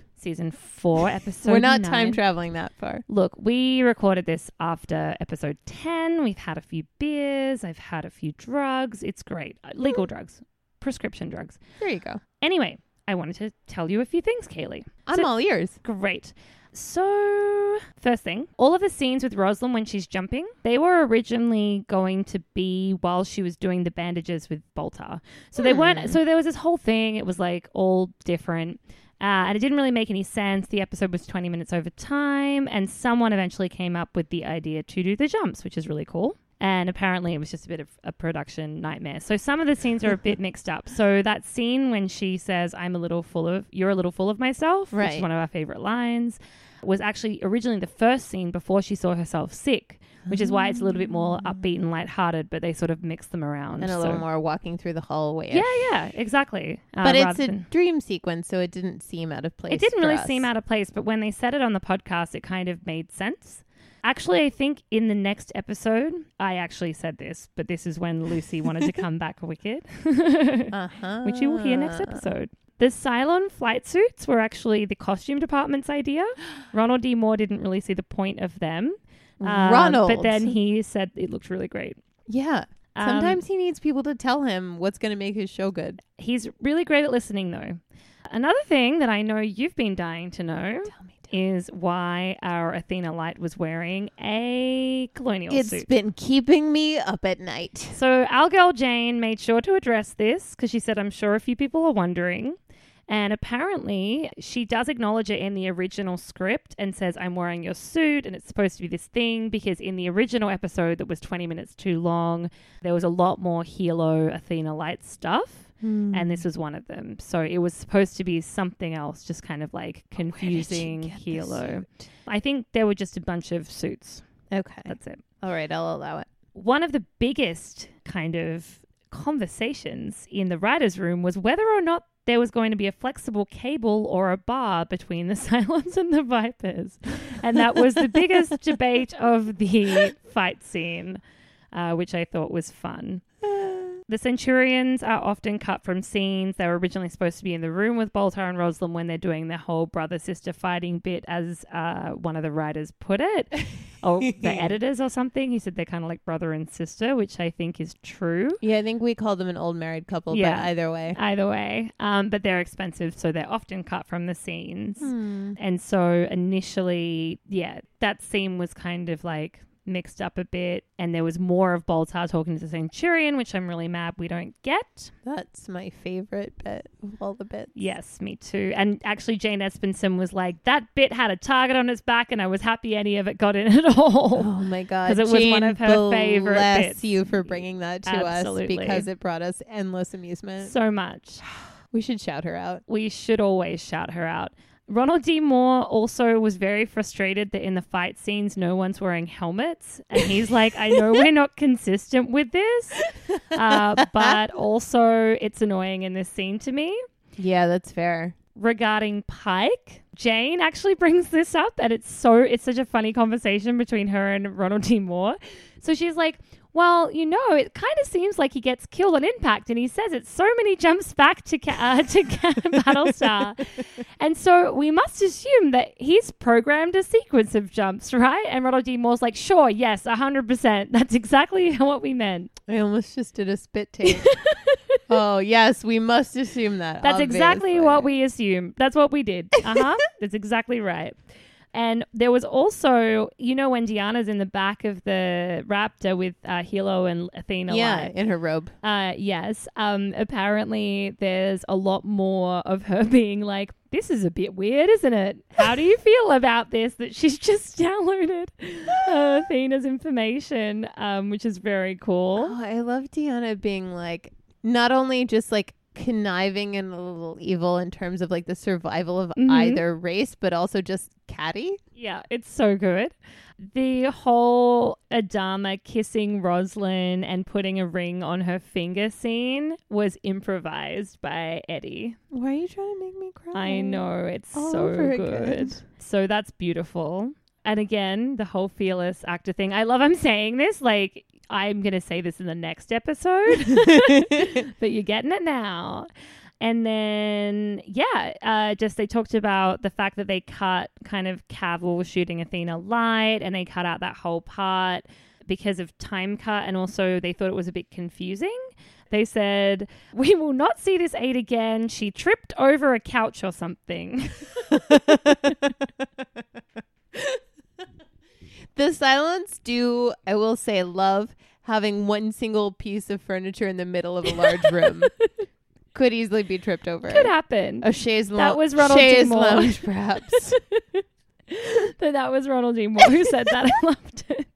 Speaker 2: season four, episode.
Speaker 1: We're not
Speaker 2: nine.
Speaker 1: time traveling that far.
Speaker 2: Look, we recorded this after episode 10. We've had a few beers. I've had a few drugs. It's great. Uh,
Speaker 1: Mm.
Speaker 2: Legal drugs, prescription drugs.
Speaker 1: There you go.
Speaker 2: Anyway, I wanted to tell you a few things, Kaylee.
Speaker 1: I'm
Speaker 2: So-
Speaker 1: all ears.
Speaker 2: Great. So, first thing, all of the scenes with Rosalind when she's jumping, they were originally going to be while she was doing the bandages with Bolter. So they weren't. So there was this whole thing. It was like all different, uh, and it didn't really make any sense. The episode was twenty minutes over time, and someone eventually came up with the idea to do the jumps, which is really cool. And apparently, it was just a bit of a production nightmare. So some of the scenes are a bit mixed up. So that scene when she says, "I'm a little full of you're a little full of myself," which
Speaker 1: Right.
Speaker 2: is one of our favorite lines, was actually originally the first scene before she saw herself sick, which is why it's a little bit more upbeat and lighthearted. But they sort of mix them around
Speaker 1: And a
Speaker 2: So-
Speaker 1: little more walking through the hallway.
Speaker 2: yeah, yeah, exactly. Uh,
Speaker 1: But it's
Speaker 2: rather
Speaker 1: a
Speaker 2: than-
Speaker 1: dream sequence, so it didn't seem out of place.
Speaker 2: it didn't
Speaker 1: for
Speaker 2: really
Speaker 1: us.
Speaker 2: seem out of place, but when they said it on the podcast, it kind of made sense. Actually, I think in the next episode, I actually said this, but this is when Lucy wanted to come back wicked,
Speaker 1: Uh-huh. Ah.
Speaker 2: which you will hear next episode. The Cylon flight suits were actually the costume department's idea. Ronald D. Moore didn't really see the point of them. Um,
Speaker 1: Ronald.
Speaker 2: But then he said it looked really great.
Speaker 1: Yeah.
Speaker 2: Um,
Speaker 1: Sometimes he needs people to tell him what's going to make his show good.
Speaker 2: He's really great at listening, though. Another thing that I know you've been dying to know
Speaker 1: Tell me.
Speaker 2: is why our Athena Light was wearing a colonial
Speaker 1: It's
Speaker 2: suit.
Speaker 1: been keeping me up at night.
Speaker 2: So our girl Jane made sure to address this because she said, I'm sure a few people are wondering. And apparently, she does acknowledge it in the original script and says, I'm wearing your suit and it's supposed to be this thing. Because in the original episode that was 20 minutes too long, there was a lot more Hilo Athena Light stuff. And this was one of them. So it was supposed to be something else, just kind of like confusing Hilo. I think there were just a bunch of suits.
Speaker 1: Okay.
Speaker 2: That's it
Speaker 1: All right, I'll allow it.
Speaker 2: one of the biggest kind of conversations in the writers' room was whether or not there was going to be a flexible cable or a bar between the Cylons and the Vipers, and that was the biggest debate of the fight scene, uh, which I thought was fun. The Centurions are often cut from scenes. They were originally supposed to be in the room with Boltar and Roslin when they're doing their whole brother sister fighting bit, as uh, one of the writers put it, or Oh, the editors or something. He said they're kind of like brother and sister, which I think is true.
Speaker 1: Yeah, I think we called them an old married couple,
Speaker 2: Yeah.
Speaker 1: but either way.
Speaker 2: Either way, um, but they're expensive, so they're often cut from the scenes. And so initially, yeah, that scene was kind of like mixed up a bit, and there was more of Boltar talking to the Centurion, which I'm really mad we don't get.
Speaker 1: That's my favorite bit of all the bits.
Speaker 2: Yes, me too. And actually, Jane Espenson was like, that bit had a target on its back, and I was happy any of it got in at all.
Speaker 1: Oh my god!
Speaker 2: 'Cause it was one
Speaker 1: Jane,
Speaker 2: of her favorite
Speaker 1: Bless
Speaker 2: bits.
Speaker 1: you for bringing that to
Speaker 2: Absolutely.
Speaker 1: us because it brought us endless amusement.
Speaker 2: So much.
Speaker 1: we should shout her out.
Speaker 2: we should always shout her out. Ronald D. Moore also was very frustrated that in the fight scenes, no one's wearing helmets. And he's like, I know we're not consistent with this, uh, but also it's annoying in this scene to me.
Speaker 1: Yeah, that's fair.
Speaker 2: Regarding Pike, Jane actually brings this up, and it's so, it's such a funny conversation between her and Ronald D. Moore. So she's like, well, you know, it kind of seems like he gets killed on impact, and he says it's so many jumps back to ca- uh, to ca- Battlestar, and so we must assume that he's programmed a sequence of jumps, right? And Ronald D. Moore's like, sure, yes, hundred percent, that's exactly what we meant.
Speaker 1: I almost just did a spit take. oh yes, we must assume that.
Speaker 2: That's exactly what
Speaker 1: obviously.
Speaker 2: we assume. That's what we did. Uh huh. That's exactly right. And there was also, you know, when Deanna's in the back of the Raptor with uh, Hilo and Athena,
Speaker 1: Yeah,
Speaker 2: like,
Speaker 1: in her robe.
Speaker 2: Uh, yes. Um, apparently, there's a lot more of her being like, this is a bit weird, isn't it? How do you feel about this? That she's just downloaded uh, Athena's information, um, which is very cool.
Speaker 1: Oh, I love Deanna being like not only just like conniving and a little evil in terms of like the survival of
Speaker 2: Mhm.
Speaker 1: either race, but also just catty.
Speaker 2: Yeah, it's so good. The whole Adama kissing Roslyn and putting a ring on her finger scene was improvised by Eddie.
Speaker 1: Why are you trying to make me cry?
Speaker 2: I know it's
Speaker 1: all
Speaker 2: so
Speaker 1: over
Speaker 2: good.
Speaker 1: again.
Speaker 2: So that's beautiful. And again, the whole fearless actor thing. I love I'm saying this like I'm going to say this in the next episode, but you're getting it now. And then, yeah, uh, just they talked about the fact that they cut kind of Cavill shooting Athena light and they cut out that whole part because of time cut. And also, they thought it was a bit confusing. They said, We will not see this aide again. She tripped over a couch or something.
Speaker 1: The Silence do, I will say, love having one single piece of furniture in the middle of a large room. Could easily be tripped over.
Speaker 2: Could happen.
Speaker 1: A chaise lounge.
Speaker 2: That was Ronald D.
Speaker 1: chaise
Speaker 2: Moore.
Speaker 1: lounge, perhaps.
Speaker 2: but that was Ronald D. Moore who said that. I loved it.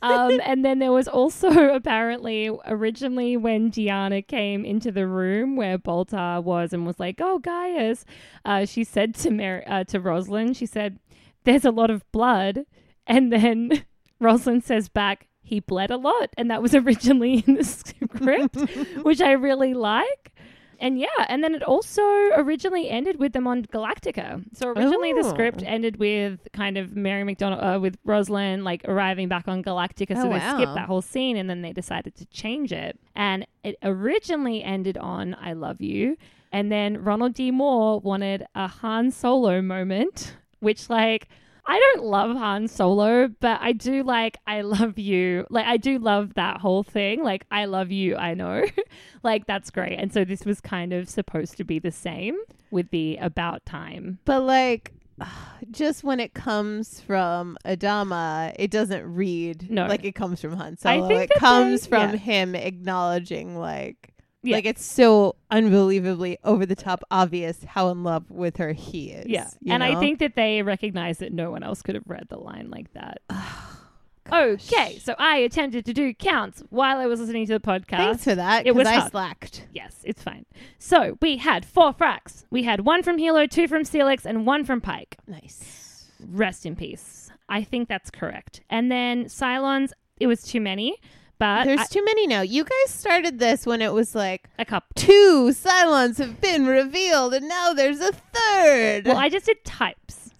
Speaker 2: Um, and then there was also apparently originally when Gianna came into the room where Boltar was and was like, "Oh, Gaius," uh, she said to Mar- uh, to Rosalind, she said, "There's a lot of blood," and then Rosalind says back, "He bled a lot," and that was originally in the script, which I really like. And yeah, and then it also originally ended with them on Galactica. So originally the
Speaker 1: Oh.
Speaker 2: script ended with kind of Mary McDonald uh, with Rosalind like arriving back on Galactica. so
Speaker 1: Oh,
Speaker 2: they
Speaker 1: wow.
Speaker 2: skipped that whole scene and then they decided to change it. And it originally ended on I Love You. And then Ronald D. Moore wanted a Han Solo moment, which, like, I don't love Han Solo, but I do like I love you. Like I do love that whole thing. Like I love you, I know. like that's great. And so this was kind of supposed to be the same with the about time.
Speaker 1: But like, just when it comes from Adama, it doesn't read
Speaker 2: No.
Speaker 1: like it comes from Han Solo.
Speaker 2: think
Speaker 1: it
Speaker 2: that
Speaker 1: comes
Speaker 2: they-
Speaker 1: from
Speaker 2: yeah.
Speaker 1: him acknowledging like.
Speaker 2: Yeah.
Speaker 1: Like it's so unbelievably over the top obvious how in love with her he is.
Speaker 2: Yeah.
Speaker 1: you
Speaker 2: And I
Speaker 1: know?
Speaker 2: think that they recognize that no one else could have read the line like that.
Speaker 1: Oh,
Speaker 2: okay. So I attempted to do counts while I was listening to the podcast.
Speaker 1: thanks for that.
Speaker 2: It
Speaker 1: 'cause
Speaker 2: was
Speaker 1: I
Speaker 2: hard.
Speaker 1: slacked.
Speaker 2: Yes, it's fine. So we had four fracks. We had one from Hilo, two from Celix, and one from Pike.
Speaker 1: Nice.
Speaker 2: Rest in peace. I think that's correct. And then Cylons, it was too many, but
Speaker 1: There's
Speaker 2: I-
Speaker 1: too many now. You guys started this when it was like
Speaker 2: a couple.
Speaker 1: two Cylons have been revealed, and now there's a third.
Speaker 2: Well, I just did types.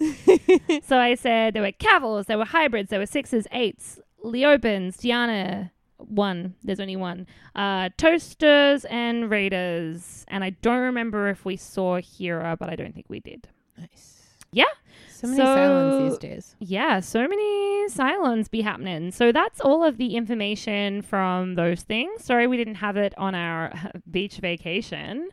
Speaker 2: so I said there were cavils, there were hybrids, there were sixes, eights, Leopins, Diana, one. There's only one. Uh, toasters and raiders. And I don't remember if we saw Hera, but I don't think we did.
Speaker 1: nice.
Speaker 2: Yeah.
Speaker 1: So many
Speaker 2: So-
Speaker 1: Cylons these days.
Speaker 2: Yeah, so many Cylons be happening. So that's all of the information from those things. Sorry we didn't have it on our beach vacation.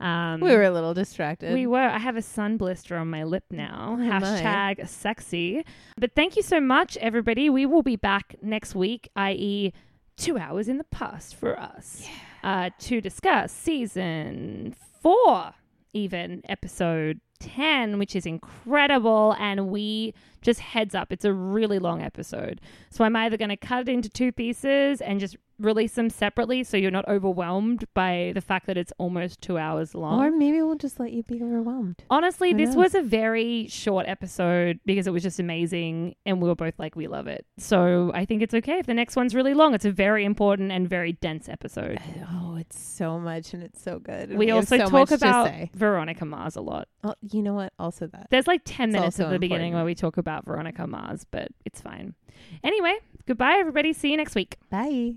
Speaker 2: Um,
Speaker 1: We were a little distracted. Oh,
Speaker 2: We were. I have a sun blister on my lip now.
Speaker 1: my.
Speaker 2: Hashtag sexy. But thank you so much, everybody. We will be back next week, i.e., two hours in the past for us, uh, to discuss season four, even episode 10, which is incredible. And we just heads up, it's a really long episode. So I'm either going to cut it into two pieces and just release them separately so you're not overwhelmed by the fact that it's almost two hours long.
Speaker 1: or maybe we'll just let you be overwhelmed.
Speaker 2: Honestly,
Speaker 1: Who
Speaker 2: this
Speaker 1: knows?
Speaker 2: was a very short episode because it was just amazing and we were both like, we love it. So I think it's okay if the next one's really long. It's a very important and very dense episode.
Speaker 1: Oh, it's so much and it's so good. and
Speaker 2: We,
Speaker 1: have
Speaker 2: also
Speaker 1: so much
Speaker 2: talk
Speaker 1: to
Speaker 2: about
Speaker 1: say.
Speaker 2: Veronica Mars a lot.
Speaker 1: Oh, you know what? Also that.
Speaker 2: There's like 10
Speaker 1: It's
Speaker 2: minutes at
Speaker 1: also
Speaker 2: the
Speaker 1: important.
Speaker 2: beginning where we talk about Veronica Mars, but it's fine. Anyway, goodbye, everybody. See you next week.
Speaker 1: Bye.